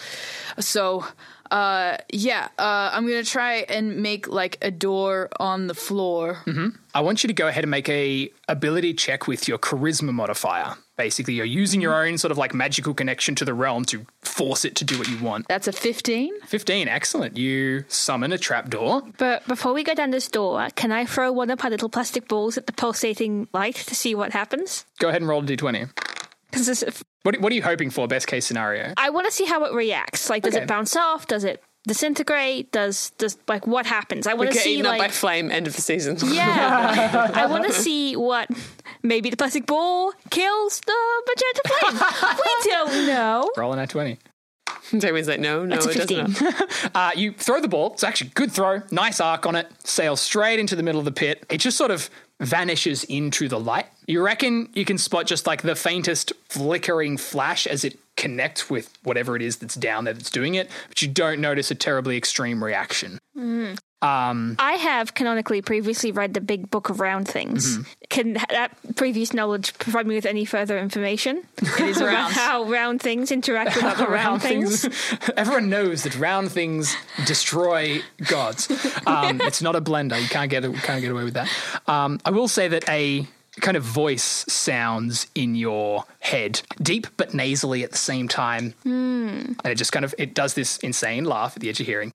D: So, uh, yeah, uh, I'm gonna try and make like a door on the floor.
B: Mm-hmm.
A: I want you to go ahead and make a ability check with your charisma modifier. Basically, you're using your own sort of like magical connection to the realm to force it to do what you want.
D: That's a 15.
A: 15, excellent. You summon a trapdoor.
E: But before we go down this door, can I throw one of our little plastic balls at the pulsating light to see what happens?
A: Go ahead and roll a d20.
E: Because this,
A: What, what are you hoping for, best case scenario?
E: I want to see how it reacts. Like, does
A: Okay.
E: it bounce off? Does it disintegrate? Does does like what happens? I want to
B: Get
E: see
B: eaten up by <laughs>
E: like
B: flame. End of the season. <laughs>
E: yeah. I want to see what maybe the plastic ball kills the magenta flame. we don't know.
A: Roll an a20.
B: Jamie's like, no, no,
E: That's a
B: it doesn't. <laughs>
E: fifteen.
A: Uh, you throw the ball. It's actually good throw. Nice arc on it. Sails straight into the middle of the pit. It just sort of vanishes into the light. You reckon you can spot just like the faintest flickering flash as it connects with whatever it is that's down there that's doing it, but you don't notice a terribly extreme reaction.
E: I have canonically previously read the Big Book of Round Things. Can that previous knowledge provide me with any further information
D: It is
E: about
D: round.
E: how round things interact
A: <laughs>
E: with other <laughs> round things?
A: Everyone knows that round things destroy gods. Um, it's not a blender. You can't get can't get away with that. Um, I will say that a kind of voice sounds in your head, deep but nasally at the same time,
E: Hmm.
A: and it just kind of it does this insane laugh at the edge of hearing.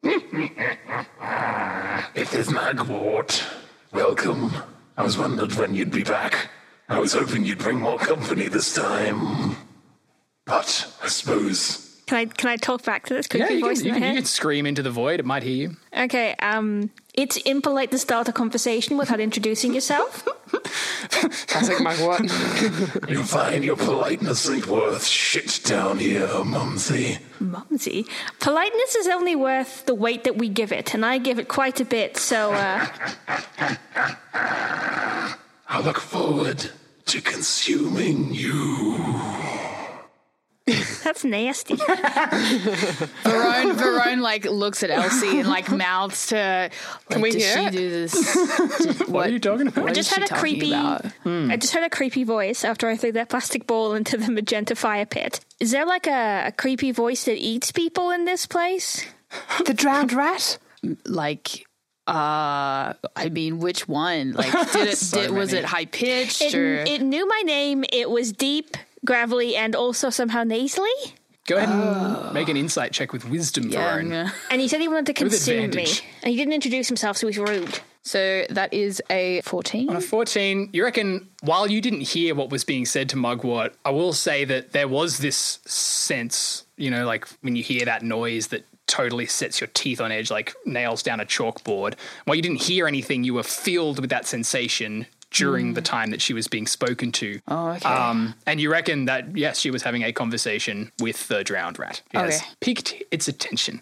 F: It is Magwort. Welcome. I was wondered when you'd be back. I was hoping you'd bring more company this time. But I suppose
E: Can I can I talk back to this
A: Yeah,
E: creepy
A: you
E: voice
A: can, you,
E: in
A: can,
E: my
A: you
E: head?
A: can scream into the void. It might hear you.
E: Okay, um, it's impolite to start a conversation without
A: <laughs>
E: introducing yourself.
B: Classic mug. What?
F: you find your politeness ain't worth shit down here, Mumsy.
E: Mumsy, politeness is only worth the weight that we give it, and I give it quite a bit.
A: <laughs>
E: So uh,
F: I look forward to consuming you.
E: that's nasty.
D: Verone, Verone like looks at Elsie and like mouths to. Like, Can
B: we
D: does
B: hear
D: she
B: it?
D: do this?
A: <laughs>
D: what,
A: What are you talking
E: I
A: about?
E: just
D: is she
E: heard a
D: talking
E: creepy.
D: about?
E: I just heard a creepy voice after I threw that plastic ball into the magenta fire pit. Is there like a, a creepy voice that eats people in this place?
B: the drowned rat.
D: like uh i mean which one like did it did, was
A: many.
D: it high pitched
E: It,
D: or
E: it knew my name. It was deep, gravelly, and also somehow nasally.
A: Go ahead
E: Oh.
A: and make an insight check with wisdom,
D: yeah,
A: Varone.
D: I'm gonna-
E: And he said he wanted to
A: With
E: consume me.
A: advantage.
E: And he didn't introduce himself, so he's rude.
D: so that is a
A: On
D: 14
A: a 14, you reckon while you didn't hear what was being said to Mugwort, I will say that there was this sense, you know, like when you hear that noise that totally sets your teeth on edge, like nails down a chalkboard. While you didn't hear anything, you were filled with that sensation during the time that she was being spoken to.
D: Hmm. oh okay
A: Um, and you reckon that, yes, she was having a conversation with the drowned rat. It has
D: Okay.
A: piqued its attention.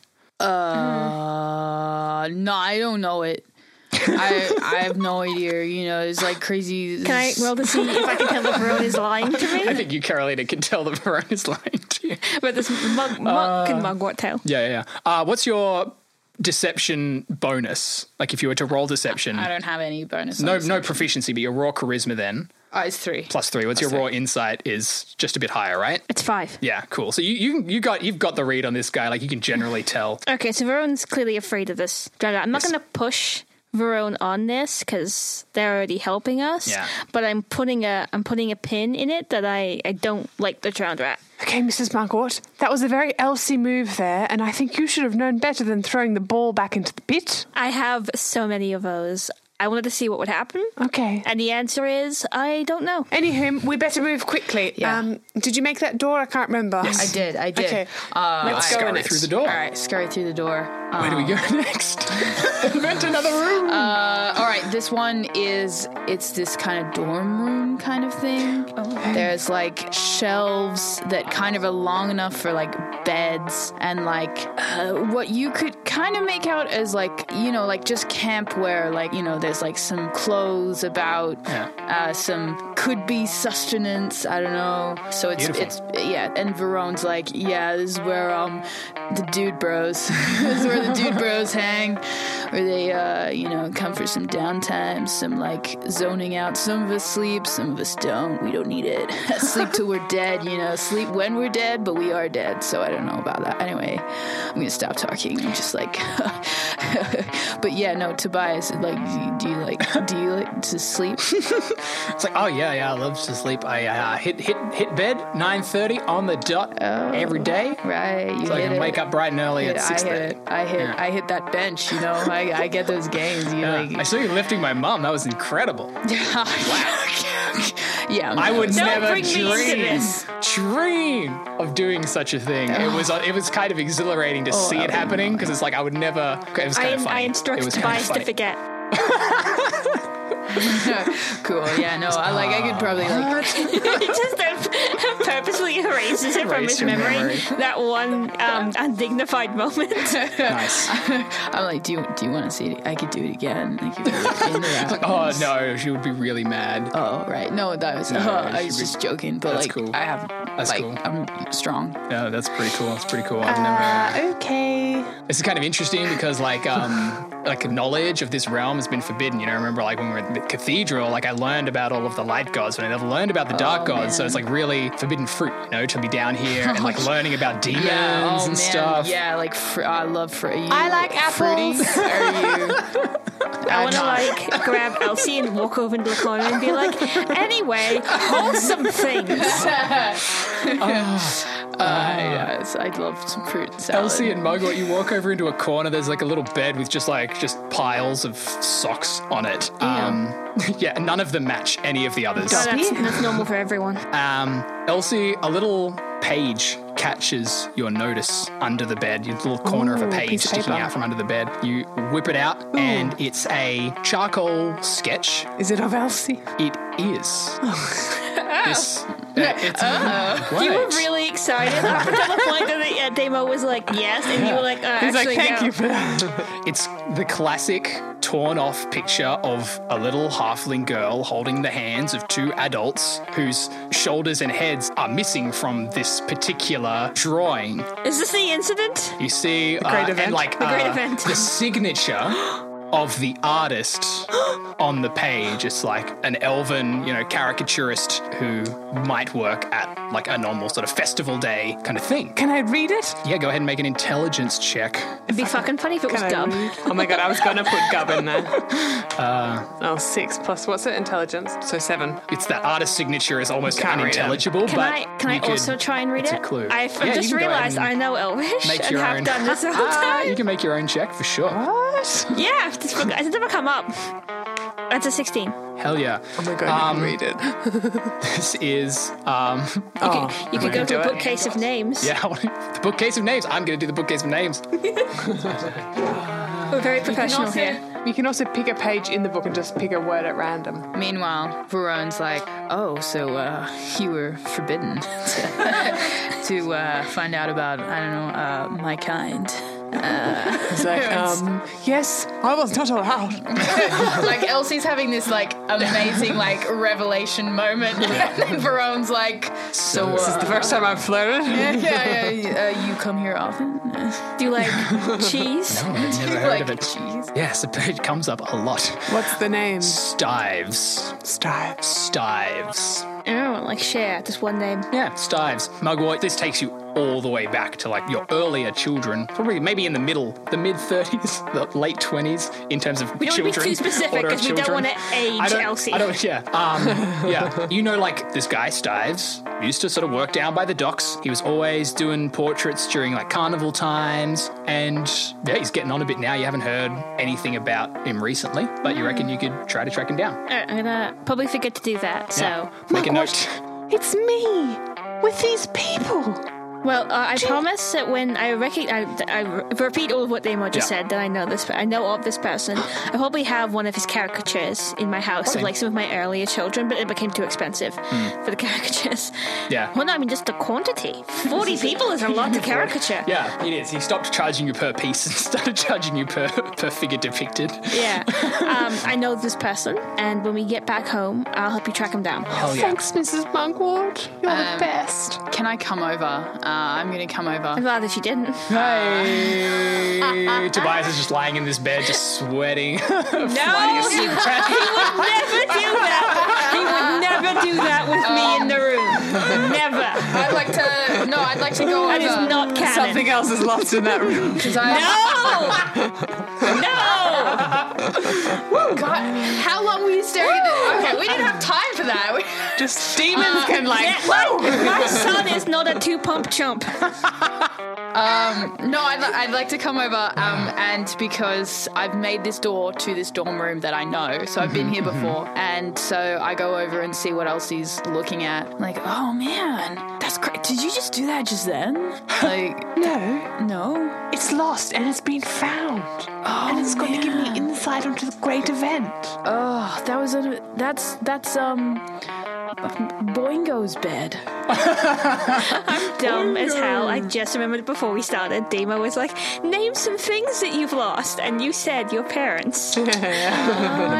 D: uh no i don't know it i i have no idea you know it's like crazy
E: Can I roll to see if I can tell if Rowan is lying to
A: I
E: me?
A: think you, Carolina, can tell <laughs> that Verone is lying to you.
E: But this mug, mug can mugwort tell.
A: Yeah, yeah, yeah. Uh, what's your deception bonus? Like if you were to roll deception,
D: i don't have any bonus
A: no,
D: on this.
A: no proficiency, but your raw charisma then
D: oh, it's three
A: plus three. What's your raw insight is just a bit higher, right?
E: It's five.
A: Yeah, cool. So you you you got you've got the read on this guy. Like you can generally
D: <laughs>
A: tell.
E: Okay, so Verone's clearly afraid of this. drowned rat. I'm not
A: Yes.
E: going to push Verone on this because they're already helping us.
A: Yeah.
E: But I'm putting a I'm putting a pin in it that I, I don't like the drowned rat.
B: Okay, Mrs. Mugwort, that was a very Elsie move there, and I think you should have known better than throwing the ball back into the pit.
E: I have so many of those. I wanted to see what would happen.
B: Okay.
E: And the answer is I don't know.
B: Anywho, we better move quickly.
D: Yeah.
B: Um, did you make that door? I can't remember.
D: i did i did
B: Okay.
D: uh
B: Let's
D: I-
B: go in
A: Scurry
B: it.
A: through the door.
D: all right scurry through the door Um,
A: Where do we go <laughs> next? Invent another room.
D: All right, this one is it's this kind of dorm room kind of thing. There's like shelves that kind of are long enough for like beds and like uh, what you could kind of make out as like you know like just camp wear like you know there's like some clothes about uh, some could be sustenance I don't know so it's
A: Beautiful.
D: it's yeah and Verone's like <laughs> yeah this is where um the dude bros this is where the dude bros hang where they, uh, you know, come for some downtime, some like zoning out. Some of us sleep, some of us don't. We don't need it. <laughs> sleep till we're dead, you know. Sleep when we're dead, but we are dead, so I don't know about that. Anyway, I'm gonna stop talking. I'm just like, <laughs> but yeah, no, Tobias, like, do you, do you like, do you like to sleep? <laughs>
A: It's like, oh yeah, yeah, I love to sleep. I uh, hit hit hit bed nine thirty on the dot every day,
D: right, you
A: so I
D: Oh. get
A: can
D: it.
A: wake up bright and early at
D: Yeah,
A: six
D: I hit
A: thirty.
D: it. I hit. I hit that bench. You know, I, I get those games. You
A: Yeah. I
D: <laughs> like.
A: saw you lifting my mum. That was incredible.
D: yeah,
A: I would
E: Don't
A: never
E: bring me
A: dream,
E: into this.
A: dream of doing such a thing. It was it was kind of exhilarating to
E: Oh,
A: see it happening because it's like I would never. It was
E: I,
A: kind of funny.
E: I
A: It
E: instruct
A: was kind of
E: Tobias to
A: funny.
E: forget. <laughs>
D: cool. Yeah, no, I like. I could probably like.
E: He just <laughs> don't- purposely erases it from
A: Erase
E: his
A: your
E: memory.
A: memory.
E: That one um, undignified moment.
A: <laughs>
E: <laughs>
A: Nice.
D: <laughs> I'm like, do you do you want to see it? I could do it again. Like, you
A: <laughs>
D: really into that.
A: Oh no, she would be really mad.
D: Oh right, no, that was.
A: No,
D: uh, <laughs> I
A: it should
D: was
A: be-
D: just joking, but
A: That's
D: like,
A: cool.
D: I have.
A: That's
D: like,
A: cool.
D: I'm strong.
A: No, that's pretty cool. That's pretty cool. I've
E: Uh,
A: never.
B: Uh, okay.
A: This is kind of interesting because like um like knowledge of this realm has been forbidden. You know, I remember like when we were at the cathedral, like I learned about all of the light gods, but I never learned about the
E: Oh,
A: dark gods. So it's like really forbidden fruit, you know, to be down here and
E: <laughs>
A: like learning about demons
D: Yeah. Oh
A: and
D: man.
A: stuff.
D: Yeah, like fr- I love fr- you.
C: I like
D: fruity.
C: apples.
A: <laughs>
D: Are you?
E: I want to like grab Elsie and walk over into the corner and be like, anyway, wholesome
A: <laughs>
E: things.
D: Uh, yes, I'd love some fruit salad.
A: Elsie and Mugwort, you walk over into a corner. There's like a little bed with just like just piles of socks on it. Um, <laughs> yeah, none of them match any of the others.
E: No, that's, that's normal for everyone.
A: Um, Elsie, a little page catches your notice under the bed, your little corner of a page
B: piece of
A: sticking
B: paper.
A: out from under the bed. You whip it out, and it's a charcoal sketch.
B: Is it of Elsie?
A: It is. this, uh, it's, What?
E: You were really excited up until the point that the uh, demo was like, yes, and you were like, uh,
B: He's
E: actually,
B: like, thank
E: no.
B: you for that.
A: It's the classic torn off picture of a little halfling girl holding the hands of two adults whose shoulders and heads are missing from this particular drawing.
E: Is this the incident?
A: You see, the
B: great
A: uh, and
B: event.
A: like
E: The great
A: uh,
E: event.
A: the signature of the artist on the page. It's like an elven, you know, caricaturist who might work at like a normal sort of festival day kind of thing.
B: Can I read it?
A: Yeah, go ahead and make an intelligence check.
E: It'd be fucking funny if it was
B: Can I
E: dub.
B: read? Oh my god, I was gonna put Gub in there. oh, six plus what's it? Intelligence. So seven.
A: It's that artist signature is almost
B: Can't read it.
A: unintelligible.
E: Can
A: but
E: I can I
A: you could-
E: also try and read
A: it's a
E: it?
A: clue.
E: I've I've
A: Yeah, you
E: just
A: can go ahead
E: realized
A: and
E: I know Elvish
A: make
E: and
A: your
E: have
A: own.
E: done this
A: <laughs>
E: all the
A: Ah,
E: time.
A: you can make your own check for sure.
B: What?
E: Yeah, I've just forgot- it's never come up. That's a sixteen.
A: Hell yeah.
B: Oh my god,
A: Um,
B: you can read it.
A: This is um <laughs>
B: Oh,
E: You could go
B: do
E: to a
B: it.
E: bookcase of names.
A: yeah, <laughs> the bookcase of names. I'm going to do the bookcase of names.
E: We're very professional here.
B: You can also pick a page in the book and just pick a word at random.
D: Meanwhile, Verone's like, "Oh, so uh, you were forbidden <laughs> to, to uh, find out about I don't know uh, my kind."
B: Uh,
D: <laughs>
B: It's like, um, yes, I was not allowed.
C: like Elsie's having this like amazing like revelation moment, and
D: <laughs>
C: then Verone's like,
D: So uh,
B: The first time I've flirted.
D: <laughs> yeah, yeah, uh, you come here often?
E: Do you like cheese?
A: I've never heard
D: like
A: of it.
D: cheese?
A: Yes, the page comes up a lot.
B: What's the name?
A: Stives.
B: Stives.
A: Stives.
E: Oh, like share, just one name.
A: Yeah, Stives. Mugwort, this takes you all the way back to like your earlier children. Probably maybe in the middle, the mid 30s, <laughs> the late 20s in terms of
E: We don't
A: children.
E: want to be too specific
A: order of
E: because we don't
A: children.
E: want to age
A: I don't,
E: Elsie.
A: I don't, yeah. Um, yeah. You know, like this guy, Stives, used to sort of work down by the docks. He was always doing portraits during like carnival times. And yeah, he's getting on a bit now. You haven't heard anything about him recently, but you
E: Hmm.
A: reckon you could try to track him down.
E: All right, I'm gonna probably forget to do that. So,
A: Yeah. Make a note.
B: It's me with these people.
E: well, uh, I promise that when I recognize, I, I re- repeat all of what Damo just
A: Yeah.
E: said. That I know this, I know of this person. I probably have one of his caricatures in my house
A: Okay. Hmm.
E: of like some of my earlier children, but it became too expensive for the <laughs> caricatures.
A: Yeah.
E: Well, no, I mean just the quantity.
A: <laughs>
E: Forty people is a lot to caricature.
A: Yeah, it is. He stopped charging you per piece <laughs> and started charging you per per figure depicted.
E: Yeah.
A: <laughs>
E: Um, I know this person, and when we get back home, I'll help you track him down.
A: Hell yeah.
B: Thanks, Mrs. Mugwort. You're the best.
C: "Can I come over
D: Uh, I'm gonna come
E: I'd
D: over.
E: rather she didn't.
A: Hey, Tobias is just lying in this bed, just
B: <laughs>
A: sweating.
E: No, he would never do that. He would never do that with me in the room. Never.
D: I'd like to. No, I'd like to go over.
E: That is not canon.
B: Something else is lost in that room.
D: 'cause I-
E: No. No.
D: God, how long were you staring at this? Okay, we didn't have time for that. <laughs> We-
B: Just demons can like.
E: <laughs> Yeah, my, my son is not a two pump chump.
D: No, I'd, li- I'd like to come over, um, and because I've made this door to this dorm room that I know, so I've been here before, and so I go over and see what else he's looking at. Like, oh man, that's great. Did you just do that just <laughs> then? Like,
B: No,
D: no.
B: it's lost and it's been found, and it's going to give me insight onto the great <laughs> event.
D: Oh, that was a. That's that's um, Boingo's bed.
E: Dumb as hell. I just remembered before we started, Dima was like, name some things that you've lost, and you said your parents. I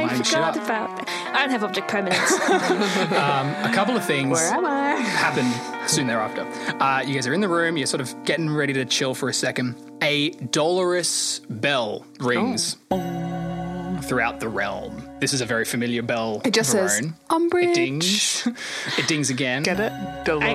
A: Mine shut
E: forgot
A: up.
E: about that. I don't have object permanence.
A: A couple of things
B: Where am I?
A: happen soon thereafter. Uh, you guys are in the room, you're sort of getting ready to chill for a second. A dolorous bell rings throughout the realm. This is a very familiar bell.
B: Oh. It just
A: of our
B: says
A: own.
B: Umbridge.
A: It dings. <laughs> it dings again.
B: Get it? Dolores.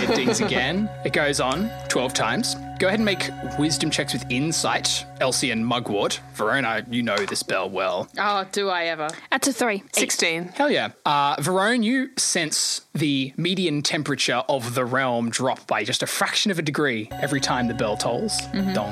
A: it. it dings again. It goes on 12 times. Go ahead and make wisdom checks with insight, Elsie and Mugwort. Verona, you know this bell well.
D: Oh, do I ever?
E: <laughs> That's a three.
B: Sixteen.
A: Hell yeah. Uh, Verone, you sense the median temperature of the realm drop by just a fraction of a degree every time the bell tolls. Dong.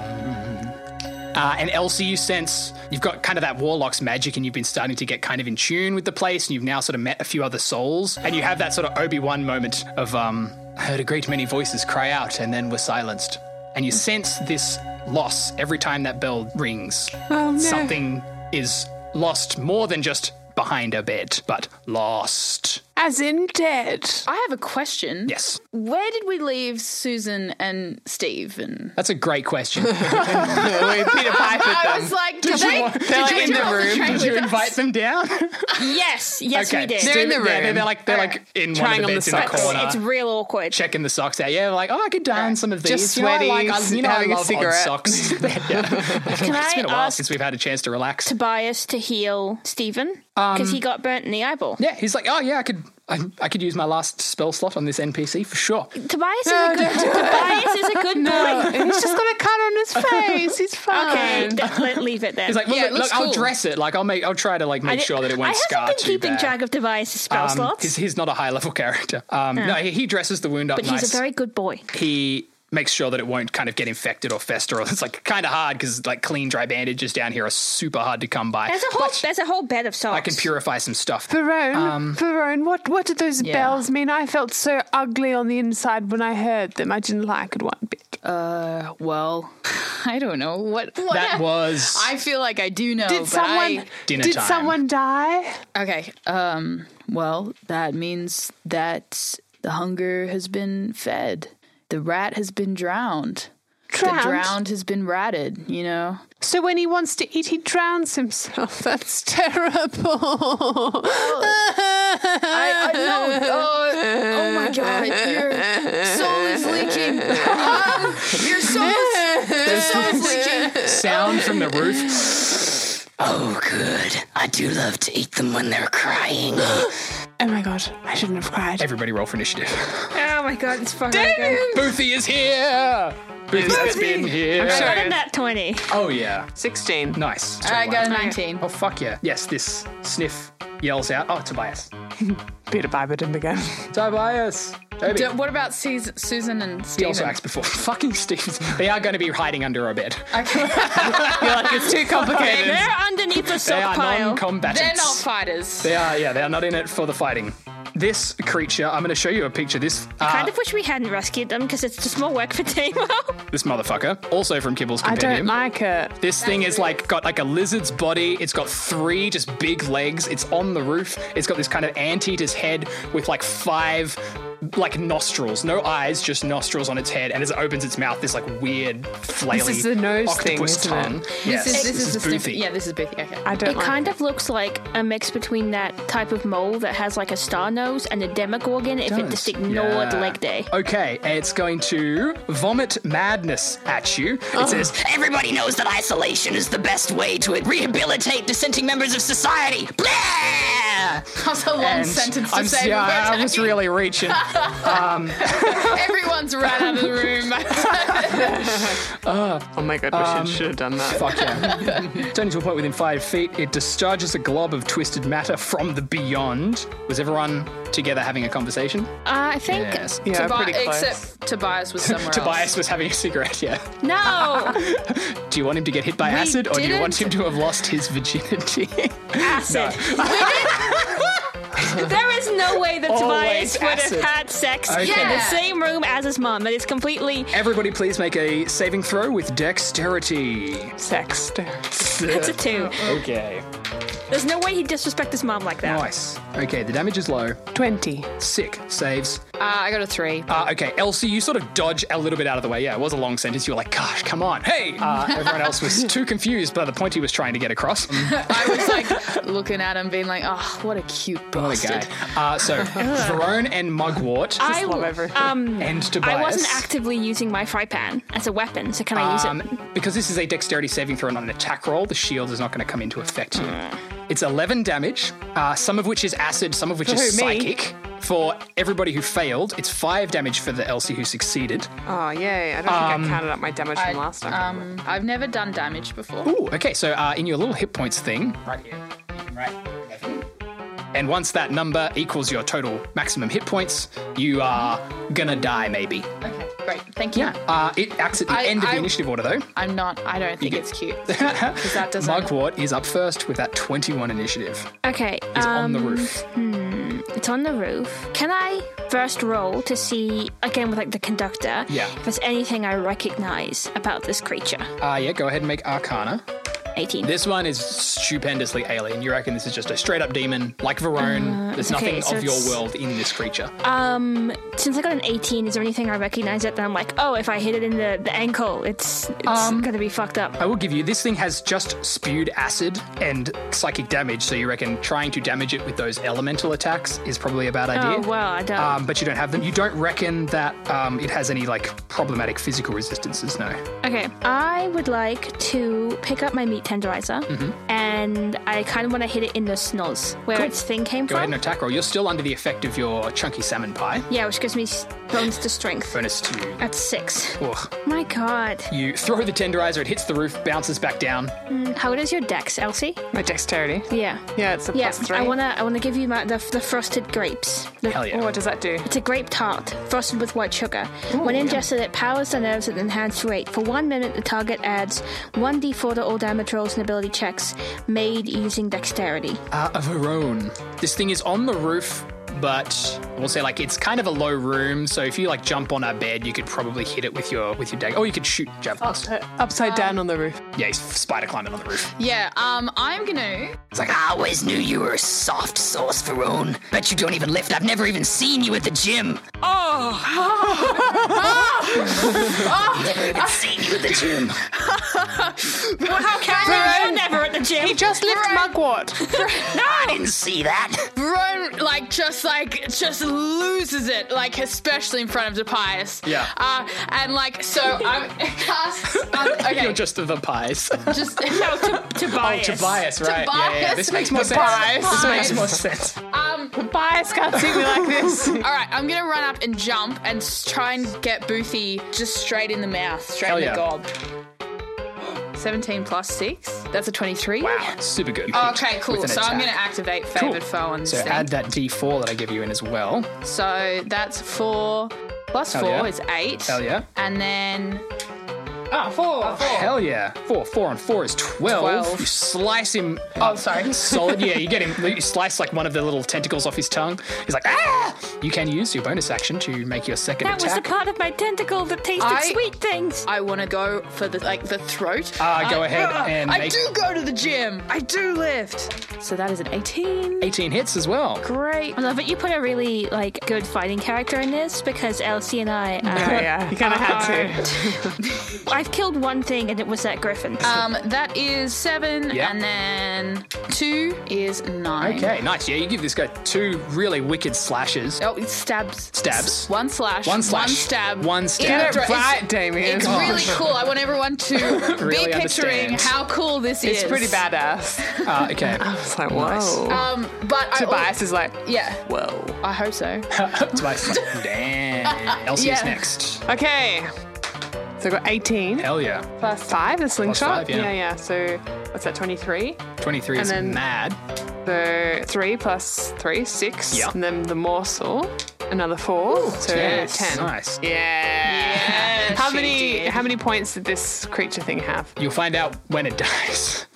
A: Uh, and Elsie, you sense you've got kind of that warlock's magic and you've been starting to get kind of in tune with the place and you've now sort of met a few other souls and you have that sort of Obi-Wan moment of, um, I heard a great many voices cry out and then were silenced. And you sense this loss every time that bell rings
B: Oh no.
A: something is lost more than just behind a bed, but lost.
B: As in dead.
D: I have a question.
A: Yes.
D: Where did we leave Susan and Steve? And
A: That's a great question.
B: Wait, Peter Piper.
D: I
B: them.
D: was like, did they?
A: want-
D: <laughs> did
B: They're like
D: they
B: in
D: jump
B: the
D: off
B: room.
D: train
A: Did you
D: with
A: invite
D: us?
A: them down?
E: Yes, yes, we did.
A: Steve-
B: in the
A: yeah, They're,
B: room.
A: they're like they're like in
B: Trying
A: one of the
B: on the
A: beds in the
B: socks.
A: corner.
E: It's real awkward.
A: Checking the socks out, yeah. Like, oh, I could darn some of these.
B: Just
A: You know, I like,
B: sweaty,
A: I- you know, I
B: having a
A: love odd
B: cigarette.
A: socks. <laughs>
E: Can
A: it's been a
E: I
A: while
E: ask
A: since we've had a chance to relax.
E: Tobias to heal Stephen? Because
A: Um,
E: he got burnt in the eyeball.
A: yeah, he's like, oh yeah, I could, I, I could use my last spell slot on this NPC for sure.
E: Tobias, is a good, <laughs> Tobias
A: <laughs>
E: is a good boy.
B: And he's just got a cut on his face. He's
D: Uh,
B: fine.
E: Okay, let, let, leave it then.
A: Um, He's like, well,
D: Yeah, it
A: look,
D: looks
A: look, I'll
D: cool.
A: dress it. Like, I'll make, I'll try to like
E: I
A: make
E: did-
A: sure that it
E: I
A: won't
E: haven't
A: scar
E: been
A: too
E: keeping
A: bad.
E: track of Tobias' spell
A: Um,
E: slots.
A: He's, he's not a high level <laughs> character. Um, No, he, he dresses the wound up
E: but
A: nice.
E: he's a very good boy.
A: he makes sure that it won't kind of get infected or fester. Or <laughs> it's like kind of hard because like clean dry bandages down here are super hard to come by.
E: There's a whole there's a whole bed of socks.
A: I can purify some stuff.
B: Verone, Verone, what, what did those bells mean? I felt so ugly on the inside when I heard them. I didn't like it one bit.
D: Well, <laughs> I don't know what. what <laughs>
A: That was
D: I feel like I do know.
B: Did
D: Oh, but
B: someone
D: I-
A: Dinner
B: did
A: time.
B: someone die?
D: Okay. Um. Well, that means that the hunger has been fed. The rat has been drowned.
B: Drowned?
D: The drowned has been ratted. You know.
B: So when he wants to eat, he drowns himself. <laughs>
G: <laughs>
B: That's terrible. <laughs>
D: I, I no. Oh, oh my god! Your soul is <laughs> leaking. Um, your soul is your soul is leaking.
A: sound from the roof.
G: Oh, good. I do love to eat them when they're crying.
B: <gasps> oh my god, I shouldn't have cried.
A: Everybody roll for initiative. <laughs>
E: Oh my god, it's fucking good.
A: Boothy is here. Boothy has been here.
B: I'm
E: Better
B: sorry.
E: than that twenty.
A: Oh yeah,
B: 16.
A: nice.
D: I got a
A: Wow.
D: nineteen.
A: Oh fuck yeah! Yes, this sniff yells out. Oh, Tobias.
B: Peter Piper didn't again.
A: Tobias. Toby.
D: D- what about Sus- Susan and
A: he
D: Steven?
A: also acts before. <laughs> Fucking Steve's. They are going to be hiding under a bed.
D: Okay.
B: <laughs> You're like, it's too complicated.
E: They're underneath the
A: They
E: sock
A: are
E: pile.
A: non-combatants.
D: They're not fighters.
A: They are, yeah, they are not in it for the fighting. This creature, I'm going to show you a picture. This uh,
E: kind of wish we hadn't rescued them because it's just more work for Damo.
A: <laughs> this motherfucker, also from Kibble's
B: I
A: Compendium.
B: don't like it.
A: this thing is like got like a lizard's body. It's got three just big legs. It's on the roof. It's got this kind of anteater's head with like five like nostrils, no eyes, just nostrils on its head, and as it opens its mouth, this like weird flaily
B: is the nose
A: octopus
B: thing, isn't
A: tongue.
B: it?
A: Yes,
C: This is this is, the
A: Boothy.
C: Snoopy. Yeah, this is Boothy. Okay.
B: I don't
E: It
B: like
E: kind of looks like a mix between that type of mole that has like a star nose and a demogorgon if it just ignored
A: Yeah. Oh.
E: leg day.
A: Okay, it's going to vomit madness at you. It says,
H: Everybody knows that isolation is the best way to rehabilitate dissenting members of society. Blah!
C: That's a long
A: and
C: sentence to
A: I'm,
C: say.
A: yeah,
C: before
A: I- I was
C: attacking.
A: really reaching.
C: <laughs> Everyone's ran <laughs> out of the room.
B: Oh my god, we
H: Um,
B: should, should have done that.
A: <laughs> Fuck yeah.
C: <laughs>
A: Turning to a point within five feet, it discharges a glob of twisted matter from the beyond. Was everyone together having a conversation?
E: I think.
A: Yes.
B: Yeah,
C: Uh, Tobi-
B: pretty close.
C: except Tobias
A: <laughs>
C: was somewhere
A: Tobias
C: else.
A: was having a cigarette, yeah. <laughs>
E: No!
A: Do you want him to get hit by acid or do you want him to have lost his virginity?
C: <laughs>
E: acid. <laughs> there is no way that
A: Always
E: Tobias would
A: acid.
E: have had sex
A: Okay.
E: in the same room as his mom. That is completely.
A: Everybody, please make a saving throw with dexterity.
B: Sex.
E: It's a two.
A: Okay.
E: There's no way he'd disrespect his mom like that.
A: Nice. Okay, the damage is low.
B: 20.
A: Sick. Saves.
C: Uh, I got a three.
A: Uh, okay, Elsie, you sort of dodge a little bit out of the way. Yeah, it was a long sentence. You were like, gosh, come on. Hey! Uh, everyone else was too confused by the point he was trying to get across.
C: I was
A: <laughs>
C: like looking at him, being like, "Oh, what a cute
A: What a guy.
C: bastard."
A: Uh, so, Verone and Mugwort
E: I,
B: love everything.
E: um,
A: and Tobias.
E: I wasn't actively using my fry pan as a weapon, so can I use it?
A: Um, because this is a dexterity saving throw, not an attack roll, the shield is not going to come into effect here. It's 11 damage, uh, some of which is acid, some of which is
B: who, me?
A: psychic. For everybody who failed, it's five damage for the Elsie who succeeded.
B: Oh, yay. I don't think I counted up my damage from last time.
C: Um, I've never done damage before.
A: Ooh, okay, so uh, in your little hit points thing, right here, you can write 11. And once that number equals your total maximum hit points, you are gonna die, maybe.
C: Okay, great. Thank you.
A: Uh, it acts at the
C: I-
A: end of
C: I-
A: the initiative order, though.
C: I'm not. I don't think it's
A: <laughs>
C: cute. 'Cause that doesn't.
A: Mugwort is up first with that 21 initiative.
E: Okay.
A: He's
E: um,
A: on the roof.
E: It's on the roof. Can I first roll to see, again with like the conductor,
A: Yeah.
E: if there's anything I recognize about this creature?
A: Uh, yeah, go ahead and make Arcana.
E: 18.
A: This one is stupendously alien. You reckon this is just a straight up demon, like Verone. There's
E: Uh, okay,
A: nothing
E: so
A: of your
E: it's-
A: world in this creature.
E: Um, since I got an 18, is there anything I recognize it that I'm like, oh, if I hit it in the, the ankle, it's it's gonna be fucked up.
A: I will give you this thing has just spewed acid and psychic damage, so you reckon trying to damage it with those elemental attacks is probably a bad idea.
E: oh well, I don't.
A: Um, but you don't have them. You don't reckon that um, it has any like problematic physical resistances. No.
E: okay, I would like to pick up my meat tenderizer, and I kind of want to hit it in the snoz where its thing came
A: Go ahead
E: from.
A: and attack roll. You're still under the effect of your chunky salmon pie.
E: yeah, which gives me s- bonus to strength.
A: Bonus to.
E: That's six.
A: Ugh.
E: My God,
A: You throw the tenderizer. It hits the roof, bounces back down.
E: how does your dex, Elsie?
B: My dexterity.
E: Yeah.
B: Yeah, it's a
E: Yeah,
B: plus three.
E: I wanna, I wanna give you my, the, the frosted grapes. The-
A: Hell yeah.
B: Oh, what does that do?
E: It's a grape tart frosted with white sugar. when ingested, it powers the nerves at an enhanced rate. For one minute, the target adds 1d4 to all damage rolls and ability checks made using dexterity.
A: uh, of her own. This thing is on the roof, but we'll say like it's kind of a low room. So if you like jump on a bed, you could probably hit it with your with your dagger. Oh, you could shoot javelins.
C: Um,
B: Upside down on the roof.
A: Yeah, he's spider climbing on the roof.
C: Yeah. Um, I'm gonna.
H: It's like, I always knew you were a soft sauce, Verone. Bet you don't even lift. I've never even seen you at the gym. Oh! <laughs> never even seen you at the gym.
E: Karen, you're never at the gym.
B: Just lift mugwort.
H: I didn't see that. <laughs>
C: Verone, like, just like, just loses it, like, especially in front of Tobias.
A: Yeah.
C: Uh, and like, so I'm <laughs> cast. Um, okay.
A: You're just
C: <laughs>
A: the pies.
C: just
E: No, to, Tobias.
A: Oh, Tobias, right? Yeah, yeah, yeah.
C: Tobias.
A: This makes more sense.
C: Tobias.
A: This makes more sense.
C: um.
B: Bias can't see me
A: <laughs>
B: like this.
C: All right, I'm gonna run up and jump and s- try and get Boothy just straight in the mouth, straight
A: Hell
C: in
A: yeah.
C: the gob. 17 plus 6. That's a 23.
A: Wow, super good.
C: Okay, cool.
A: With an
C: So I'm
A: attack.
C: gonna activate favored
A: Cool.
C: foe on this
A: So
C: thing.
A: add that D4 that I give you in as well.
C: so that's four plus
A: Hell
C: four
A: yeah.
C: is eight.
A: Hell yeah.
C: And then
A: Ah, four. Hell yeah. Four, four, and four is 12.
C: Twelve.
A: You slice him. Oh,
C: sorry.
A: <laughs> Solid. Yeah, you get him. You slice like one of the little tentacles off his tongue. He's like, ah! You can use your bonus action to make your second
E: That was the
A: attack.
E: part of my tentacle that tasted
C: I-
E: sweet things.
C: I want to go for the like the throat.
A: Ah,
C: <laughs>
A: go ahead
C: ah,
A: and
C: I
A: make-
C: do go to the gym. I do lift. So that is an 18.
A: 18 hits as well.
C: Great.
E: I love it. You put a really like good fighting character in this because Elsie and I. Uh,
B: Oh, Yeah, yeah. You kind of had to.
E: I've killed one thing and it was that griffin.
D: Uh,
C: Um, that is seven,
A: Yeah.
C: and then two is nine.
A: Okay, nice. Yeah, you give this guy two really wicked slashes.
C: Oh, it stabs.
A: Stabs.
C: One slash.
A: One slash.
C: One stab.
A: One stab.
C: In
A: Get
C: the
A: it
C: throat.
B: Right,
C: It's-
B: Damien.
C: It's really cool. I want everyone
A: <laughs>
C: to
A: Really
C: be picturing
A: understand.
C: how cool this is.
B: It's pretty badass. Uh, oh.
A: Ah, okay. <laughs>
B: <laughs> It's like, whoa.
C: Um, but I
B: Tobias is like,
C: yeah,
B: whoa.
C: I hope so.
A: Tobias, like, damn. Elsie is
C: Yeah.
A: next.
B: Okay. So I got 18
A: Hell yeah.
B: plus 5, the slingshot.
A: five, yeah.
B: yeah, So what's that, 23?
A: 23 is
B: then-
A: mad.
B: So 3 plus 3, 6.
A: Yeah.
B: And then the morsel, another 4. so
A: yes.
B: 10.
A: Nice.
B: Yeah. how many how many points did this creature thing have?
A: You'll find out when
C: <laughs>
A: it dies.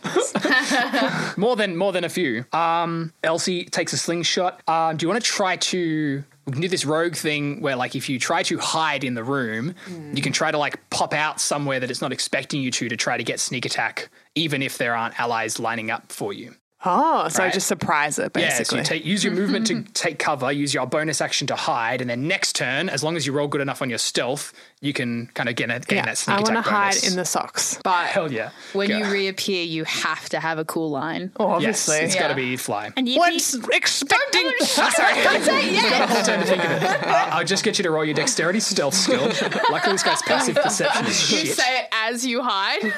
A: more than more than a few. Um, Elsie takes a slingshot. Um, do you want to try to? We can do this rogue thing where, like, if you try to hide in the room, you can try to like pop out somewhere that it's not expecting you to to try to get sneak attack, even if there aren't allies lining up for you.
B: Oh, so I
A: Right.
B: just surprise it
A: Yeah, so
B: basically.
A: you take, use your
B: <laughs>
A: movement to take cover, use your bonus action to hide, and then next turn, as long as you roll good enough on your stealth, you can kind of get a, gain
B: yeah.
A: that sneak
B: I want to
A: attack
B: hide
A: bonus.
B: in the socks.
A: hell yeah.
C: When
A: Go.
C: you reappear, you have to have a cool line.
A: yes,
B: Obviously. <laughs>
A: it's got to
C: Yeah.
A: be fly.
E: and you
B: What's expecting?
A: time to think of it. Uh, I'll just get you to roll your dexterity stealth skill. Luckily, this guy's
E: <laughs>
A: passive perception is
C: You
A: shit.
C: say it as you hide.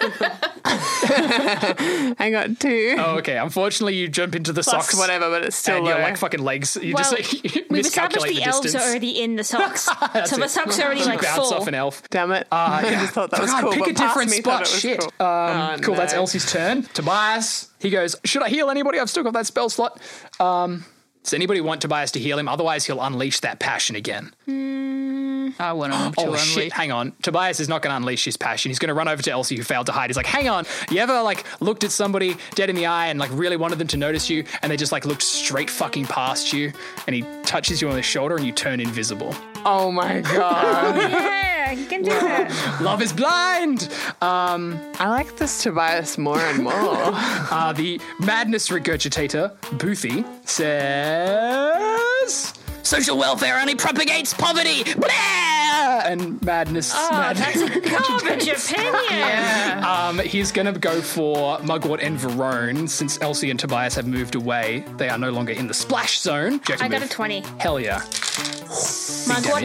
B: I got two
A: Oh, okay, unfortunately, you jump into the
B: plus
A: socks.
B: whatever, but it's still
A: And
B: low.
A: your like fucking legs, you
E: Well,
A: just like <laughs> you
E: we've established
A: miscalculate
E: the,
A: the,
E: elves
A: distance.
E: are
A: <laughs>
E: already in the socks, so the
A: it.
E: socks are already
A: You
E: like
A: bounce
E: full.
A: off an elf.
B: Damn it.
A: Uh,
B: <laughs> I
A: yeah.
B: just thought that was
A: God,
B: cool.
A: Pick
B: but
A: a
B: past
A: different
B: me
A: spot.
B: thought it was
A: Shit.
B: Cool.
A: Um,
B: Oh,
A: cool. That's
B: no.
A: Elsie's turn. Tobias. He goes. Should I heal anybody? I've still got that spell slot. Um, does anybody want Tobias to heal him? Otherwise, he'll unleash that passion again.
C: Hmm. I want to move to
A: Oh
C: unleash.
A: shit! Hang on, Tobias is not going to unleash his passion. He's going to run over to Elsie, who failed to hide. He's like, "Hang on, you ever like looked at somebody dead in the eye and like really wanted them to notice you, and they just like looked straight fucking past you, and he touches you on the shoulder, and you turn invisible.
B: Oh <laughs> my god.
E: yeah, you can do that.
A: Love is blind.
B: I like this Tobias more and more.
A: Uh, the madness regurgitator Boothy says,
H: Social welfare only propagates poverty.
A: "Ah," and madness.
E: Oh,
A: madness.
E: that's a garbage opinion.
A: <laughs> Um, he's going to go for Mugwort and Verone since Elsie and Tobias have moved away. They are no longer in the splash zone. Do you have to
E: I got a
A: move?
E: twenty.
A: Hell yeah.
E: Mugwort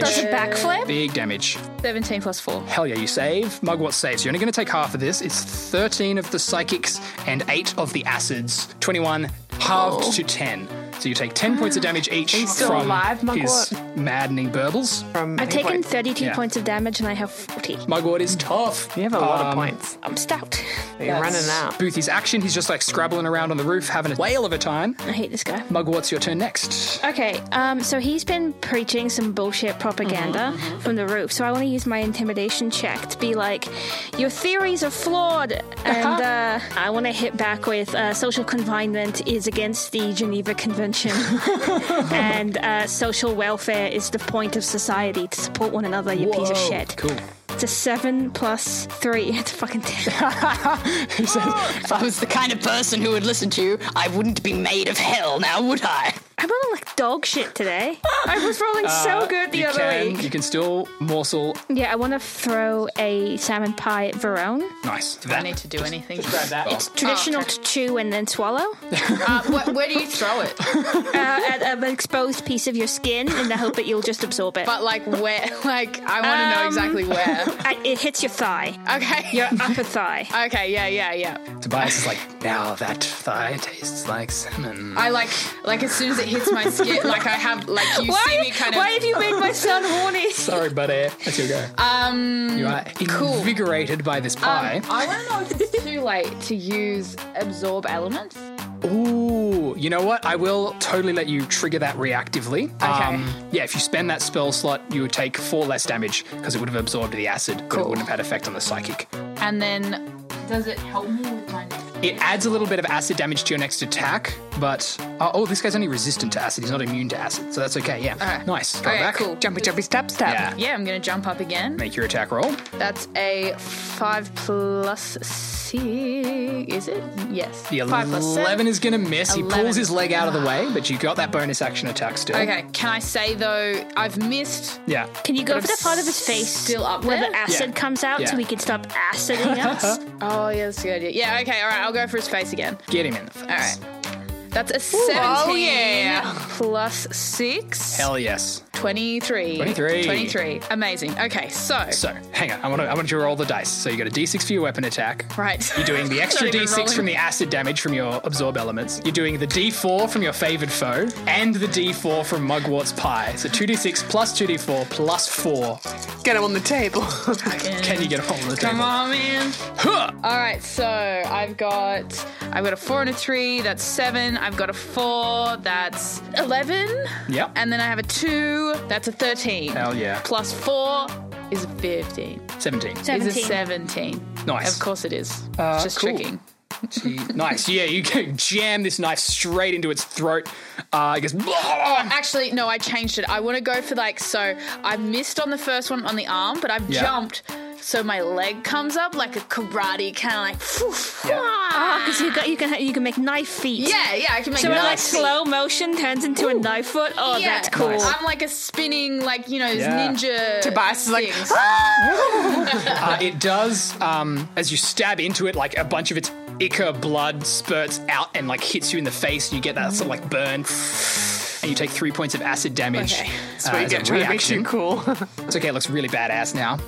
A: damage.
E: does a backflip.
A: Big damage.
C: 17 plus 4.
A: Hell yeah, you save. Mugwort saves. You're only going to take half of this. It's 13 of the psychics and 8 of the acids. 21 halved to 10. So you take 10 points of damage each
B: Oh. <gasps> He's still
A: from
B: alive,
A: his maddening burbles.
B: From
E: I've
B: any
E: taken
B: point.
E: thirty-two
A: Yeah.
E: points of damage and I have forty.
A: Mugwort is tough.
B: <laughs> You have a lot of
A: Um,
B: points.
E: I'm stout.
B: You're running out.
A: Boothy's action. He's just like scrabbling around on the roof, having a whale of a time.
E: I hate this guy.
A: Mugwort's your turn next.
E: Okay, um, so he's been preaching some bullshit propaganda
A: Mm-hmm,
E: from the roof. So I want to use my intimidation check to be like, your theories are
A: <laughs>
E: flawed, and uh, I want to hit back with uh, social confinement is against the
A: <laughs>
E: Geneva Convention, and uh, social welfare is the point of society to support one another. You piece of
A: Whoa.
E: shit.
A: Cool.
E: It's a seven plus three. <laughs> It's a fucking ten.
A: Who says,
H: If I was the kind of person who would listen to you, I wouldn't be made of hell now, would I?
E: I'm rolling like dog shit today. I was rolling so good the
A: you
E: other
A: can,
E: week.
A: you can still morsel.
E: Yeah, I want to throw a salmon pie at Verone.
A: Nice.
C: I
A: That.
C: need to do <laughs> anything.
A: That.
E: Traditional to chew and then swallow. uh,
C: Uh, wh- where do you throw it?
E: at an exposed piece of your skin in the hope that you'll just absorb it.
C: But like where? Like I want to know
E: Um,
C: exactly
E: <laughs>
C: where.
E: I, it hits your thigh,
C: Okay.
E: your upper thigh.
C: Okay. Yeah. Yeah. Yeah.
A: Tobias is like, now that thigh tastes like salmon.
C: I like like as soon as it hits my skin, like I have like you see me
E: Why,
C: kind of.
E: why have you made my son horny?
A: Sorry, buddy. That's your go. Um, you are
C: cool.
D: Um,
A: invigorated by this pie.
C: I want to know if it's too late to use absorb elements.
A: Ooh, you know what? I will totally let you trigger that reactively. Okay. yeah, if you spend that spell slot, you would take four less damage because it would have absorbed the acid, but it wouldn't have had effect on the psychic.
D: And then, does it help me with my next?
A: It adds a little bit of acid damage to your next attack, but oh, oh, this guy's only resistant to acid. He's not immune to acid, so that's okay. Yeah,
D: Alright.
A: nice. Go
D: Okay,
A: back.
D: cool.
B: Jumpy, jumpy, step, step.
A: Yeah,
D: Yeah, I'm gonna jump up again.
A: make your attack roll.
D: That's a five plus six. Is it? Yes.
A: The
D: five plus seven.
A: eleven is gonna miss. He
D: 11.
A: pulls his leg out of the way, but you got that bonus action attack still.
D: Okay. Can I say though, I've missed.
A: Yeah.
E: Can you go for the part of his face
D: still up
E: where
D: there?
E: the acid
A: Yeah.
E: comes out
A: Yeah.
E: so we can stop <laughs> aciding us?
D: Oh yeah, that's a good idea. Yeah. Okay. All right. I'll go for his face again.
A: Get him in the face.
D: All right. That's a
B: oh,
D: 17
B: yeah.
D: plus 6.
A: Hell yes.
D: 23.
A: 23.
D: 23. Amazing. Okay, so.
A: So, hang on. I want to. I want you to roll the dice. So you got a D6 for your weapon attack.
D: Right.
A: You're doing
D: <laughs>
B: <laughs>
A: the extra
D: Not even
A: D6
D: rolling.
A: from the acid damage from your absorb elements. You're doing the D4 from your favored foe and the D4 from Mugwort's pie. So 2D6 plus 2D4 plus 4.
B: Get him on the table.
A: <laughs> Can you get a hold of the
D: Come
A: table?
D: on, man.
A: Huh!
D: All right, so I've got I've got a four and a three. That's seven. I've got a four. That's eleven.
A: Yep.
D: And then I have a two. That's a thirteen.
A: Hell yeah.
D: Plus four is fifteen.
A: 17.
D: Is a seventeen.
A: Nice.
D: Of course it is.
A: Uh,
D: Just
A: cool.
D: tricking.
A: Gee, nice. Yeah, you can jam this knife straight into its throat. Uh, it goes. "Blah!"
D: Actually, no, I changed it. I want to go for like, so I missed on the first one on the arm, but I've
A: Yeah.
D: jumped. So my leg comes up like a karate kind of like. Poof,
A: Yeah.
D: ah.
E: Because you got you can ha- you can make knife feet.
D: yeah, yeah, I can make
E: So it like
D: nice feet.
E: slow motion turns into a knife foot. Oh,
D: Yeah.
E: that's cool.
A: Nice.
D: I'm like a spinning, like, you know,
A: Yeah.
D: ninja.
B: Tobias is like,
D: things.
A: Uh, it does, um, as you stab into it, like a bunch of its ichor blood spurts out and like hits you in the face, and you get that sort of like burn. And you take three points of acid damage.
B: Okay. That's
A: uh,
B: what you
A: as
B: get
A: a
B: trying
A: reaction.
B: to make you
A: <laughs>
B: cool.
A: It's okay, it looks really badass now.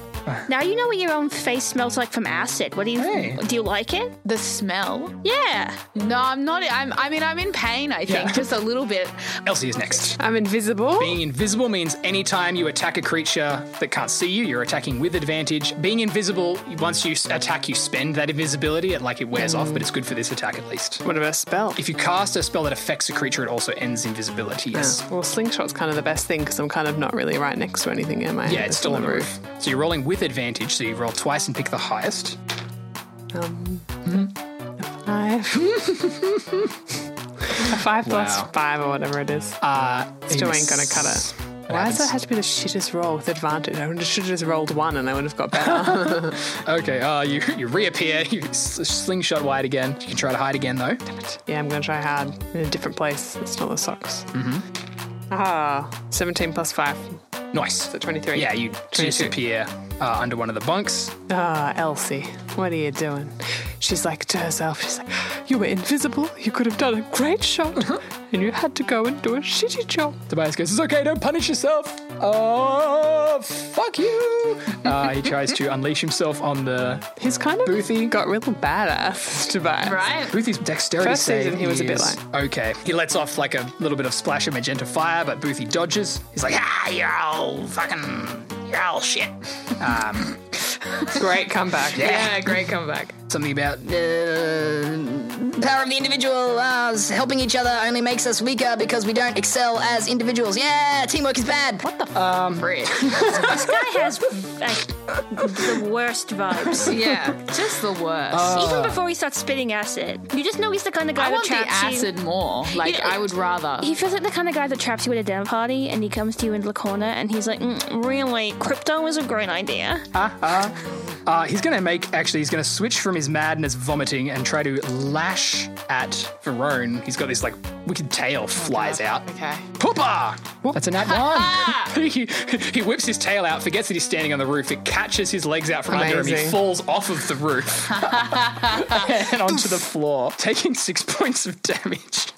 E: Now you know what your own face smells like from acid. What do you
A: Hey.
E: do? You like it?
D: the smell.
E: Yeah.
D: No, I'm not. I'm, I mean, I'm in pain, I think,
A: Yeah.
D: just a little bit.
A: Elsie is next.
B: I'm invisible.
A: Being invisible means anytime you attack a creature that can't see you, you're attacking with advantage. Being invisible, once you s- attack, you spend that invisibility. It like it wears off, but it's good for this attack at least.
B: What about a spell?
A: If you cast a spell that affects a creature, it also ends invisibility. Yes.
B: Well, slingshot's kind of the best thing because I'm kind of not really right next to anything, am I?
A: Yeah, it's still on the roof. So you're rolling with advantage, so you roll twice and pick the highest.
B: Um,
A: Mm-hmm.
B: Five. a five <laughs> plus
A: Wow.
B: five or whatever it is.
A: Uh,
B: Still
A: and
B: ain't gonna cut
A: s-
B: it. Why does that have to be the shittest roll with advantage? I should have just rolled one and I would have got better.
A: Okay, uh, you, <laughs> you reappear, you s- slingshot wide again. You can try to hide again, though.
B: yeah, I'm going to try hard in a different place. It's not the socks. Mm-hmm. Ah, 17 plus five,
A: Nice.
B: so 23.
A: Yeah, you disappear uh, under one of the bunks.
B: Ah, Elsie, what are you doing? She's like to herself, she's like, You were invisible. You could have done a great shot. And you had to go and do a shitty job.
A: Tobias goes, It's okay, don't punish yourself. Oh, fuck you. <laughs> Uh, he tries to unleash himself on the.
B: He's kind of
A: Boothie.
B: got real badass to buy.
D: Right?
A: Boothie's dexterity
B: First
A: save
B: season, he was a bit
A: is- Okay. He lets off like a little bit of splash of magenta fire, but Boothie dodges. He's like,
H: Ah, you're all fucking. You're all shit.
A: Um,
B: Great comeback.
D: Yeah, great comeback.
A: something about
H: uh, power of the individual. Uh, s- helping each other only makes us weaker because we don't excel as individuals. Yeah, teamwork is bad. What the?
D: Frick.
E: this guy has like the worst vibes.
A: <laughs>
D: yeah, just the worst.
A: Uh,
E: Even before he starts spitting acid, you just know he's the kind of guy
D: I
E: that
D: want the
E: traps you.
D: acid more. Like,
E: Yeah.
D: I would rather.
E: He feels like the kind of guy that traps you at a dinner party, and he comes to you into the corner, and he's like, mm, "Really, crypto was a great idea."
A: Uh, he's going to make, actually, he's going to switch from his madness vomiting and try to lash at Verone. He's got this, like, wicked tail flies out.
D: Okay.
A: Poopa! That's a nat one. <laughs> he, he whips his tail out, forgets that he's standing on the roof. It catches his legs out from under him. He
B: Amazing.
A: falls off of the <laughs> <laughs> roof and onto the floor, taking six points of damage.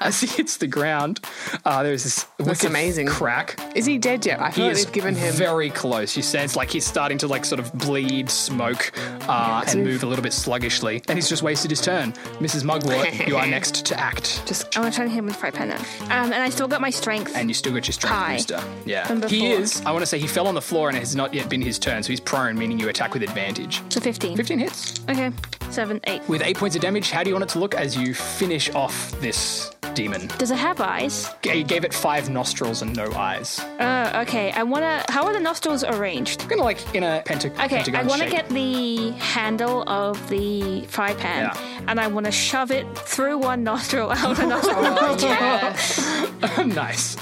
A: As he hits the ground, uh, there's this wicked
B: amazing.
A: crack.
B: Is he dead yet? I
A: He
B: feel like
A: is
B: they've given him.
A: very close. You sense like he's starting to like sort of bleed smoke uh, and move a little bit sluggishly, and he's just wasted his turn. Mrs.
E: <laughs>
A: Mugwort, you are next to act,
E: Just, I'm gonna try to hit him with a fry pan now. Um, and I still got my strength.
A: and you still got your strength
E: Hi.
A: booster. Yeah,
E: Number
A: he
E: four.
A: is. I want to say he fell on the floor and it has not yet been his turn, so he's prone, meaning you attack with advantage.
E: so 15.
A: Fifteen hits
E: Okay, seven, eight.
A: with eight points of damage. How do you want it to look as you finish off this demon?
E: Does it have eyes?
A: G- You gave it five nostrils and no eyes.
E: Uh, okay. I wanna. How are the nostrils arranged?
A: Kind of like in a pentag-
E: Okay, I
A: pentagon
E: want to
A: shape.
E: get the handle of the fry pan,
A: Yeah.
E: and I want to shove it through one nostril, <laughs> out another
B: Oh,
E: nostril,
A: <laughs> nice.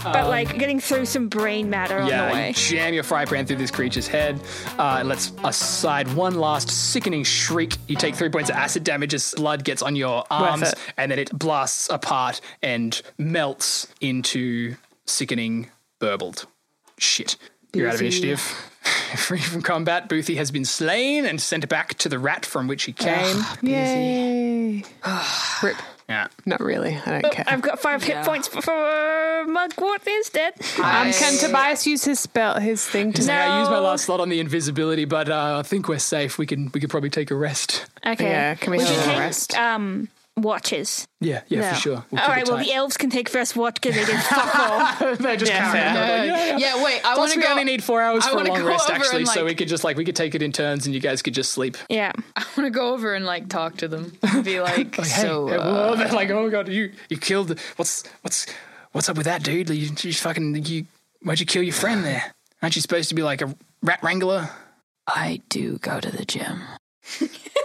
E: <laughs> but like getting through some brain matter on the
A: Yeah,
E: way.
A: you jam your fry pan through this creature's head. Uh, it lets aside one last sickening shriek. You take three points of acid damage as blood gets on your arms,
B: it.
A: and then it blasts apart and melts into sickening burbled shit. You're out of initiative. <laughs> Free from combat, Boothie has been slain and sent back to the rat from which he came. <sighs>
B: Yay. Rip.
A: yeah.
B: Not really. I don't care.
E: I've got five hit points before Mugwort is dead.
B: Um, can Tobias use his spell, his thing to
A: Hey, I used my
E: No.
A: last slot on the invisibility, but uh, I think we're safe. We can we could probably take a rest.
E: Okay,
B: Yeah, can we
E: should
B: have a
E: take,
B: rest?
E: Um, watches.
A: Yeah, yeah, for
E: No.
A: sure.
E: All
A: keep it
E: right. Well,
A: tight.
E: the elves can take first watch because they did
B: <laughs>
E: fuck
A: <laughs>
E: all.
A: They're just
B: Yeah,
A: carrying
B: fair.
A: it. Like, yeah, yeah.
C: Yeah, wait, I want
A: Plus,
C: to
A: we
C: go.
A: only need four hours
C: I
A: for a
C: wanna
A: long
C: go
A: rest,
C: over and,
A: actually, so
C: like-
A: we could just like we could take it in turns, and you guys could just sleep.
E: Yeah.
C: I want to go over and like talk to them. Be like,
A: Like, hey,
C: so
A: hey,
C: uh,
A: whoa," they're <laughs> like, oh god, you you killed. What's what's what's up with that dude? You, you just fucking you. Why'd you kill your friend there? Aren't you supposed to be like a rat wrangler?
C: <laughs> I do go to the gym.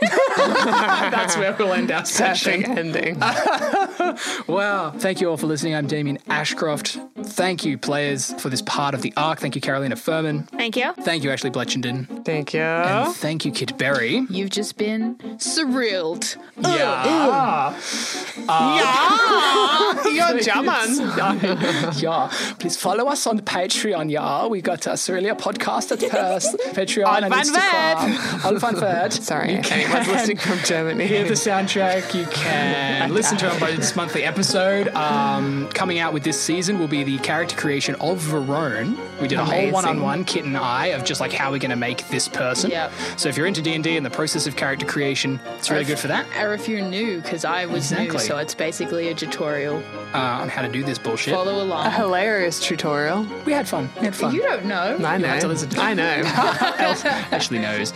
A: That's where we'll end our session.
B: Perfect ending.
A: Wow. Thank you all for listening. I'm Damien Ashcroft. Thank you, players, for this part of the arc. Thank you, Carolina Furman.
E: Thank you.
A: Thank you, Ashley Bletchenden.
B: Thank <laughs> you.
A: And thank you, Kit Berry.
C: You've just been surrealed.
A: Yeah.
B: You're <laughs> German.
A: yeah. Please follow us on Patreon, yeah. We got uh, Cyrilia Podcast at first, Patreon
B: All
A: and
B: fun
A: Instagram. All fun word.
B: Sorry,
A: You
B: anyone's
A: can
B: listening <laughs> from Germany.
A: hear the soundtrack. You can listen to our bonus monthly episode. Um, coming out with this season will be the character creation of Verone. We did a whole
B: Amazing.
A: one-on-one, Kit and I, of just like how we're going to make this person.
C: Yep.
A: So if you're into D&D and the process of character creation, it's really good for that.
C: Or if you're new, because I was new,
A: Exactly.
C: so it's basically a tutorial.
A: Uh, on how to do this bullshit.
C: Follow along.
B: A hilarious tutorial.
A: we had fun. We had fun.
C: Uh, you don't know.
B: I know.
A: have to listen to-
B: I know.
A: <laughs> Ashley knows.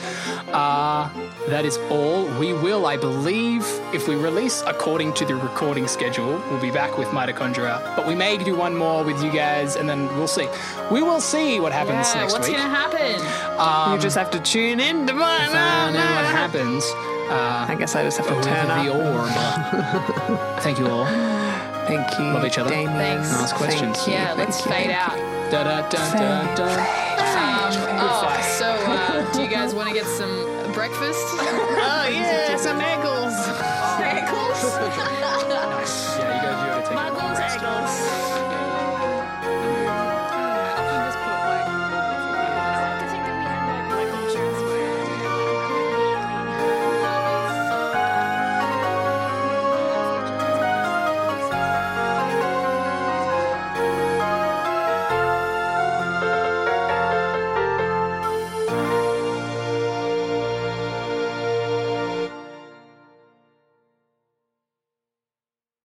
A: Uh, that is all. We will, I believe, if we release according to the recording schedule, we'll be back with Mitochondria. But we may do one more with you guys, and then we'll see. We will see what happens
C: Yeah,
A: next
C: what's
A: week.
C: gonna happen?
B: you just have to tune in to mine.
A: and then what happens
B: I guess I just have to
A: with
B: turn
A: the
B: up.
A: orb?
B: <laughs>
A: Thank you all.
B: Thank you.
A: Love each other.
B: Damien.
C: Thanks.
A: Ask questions.
B: Thank you.
C: Yeah, let's
B: Thank
C: fade
B: you.
C: out.
A: Da, da, da, da, da.
C: Um, oh, so uh, do you guys want to get some breakfast?
B: Oh yeah, some ankles.
C: Snackles.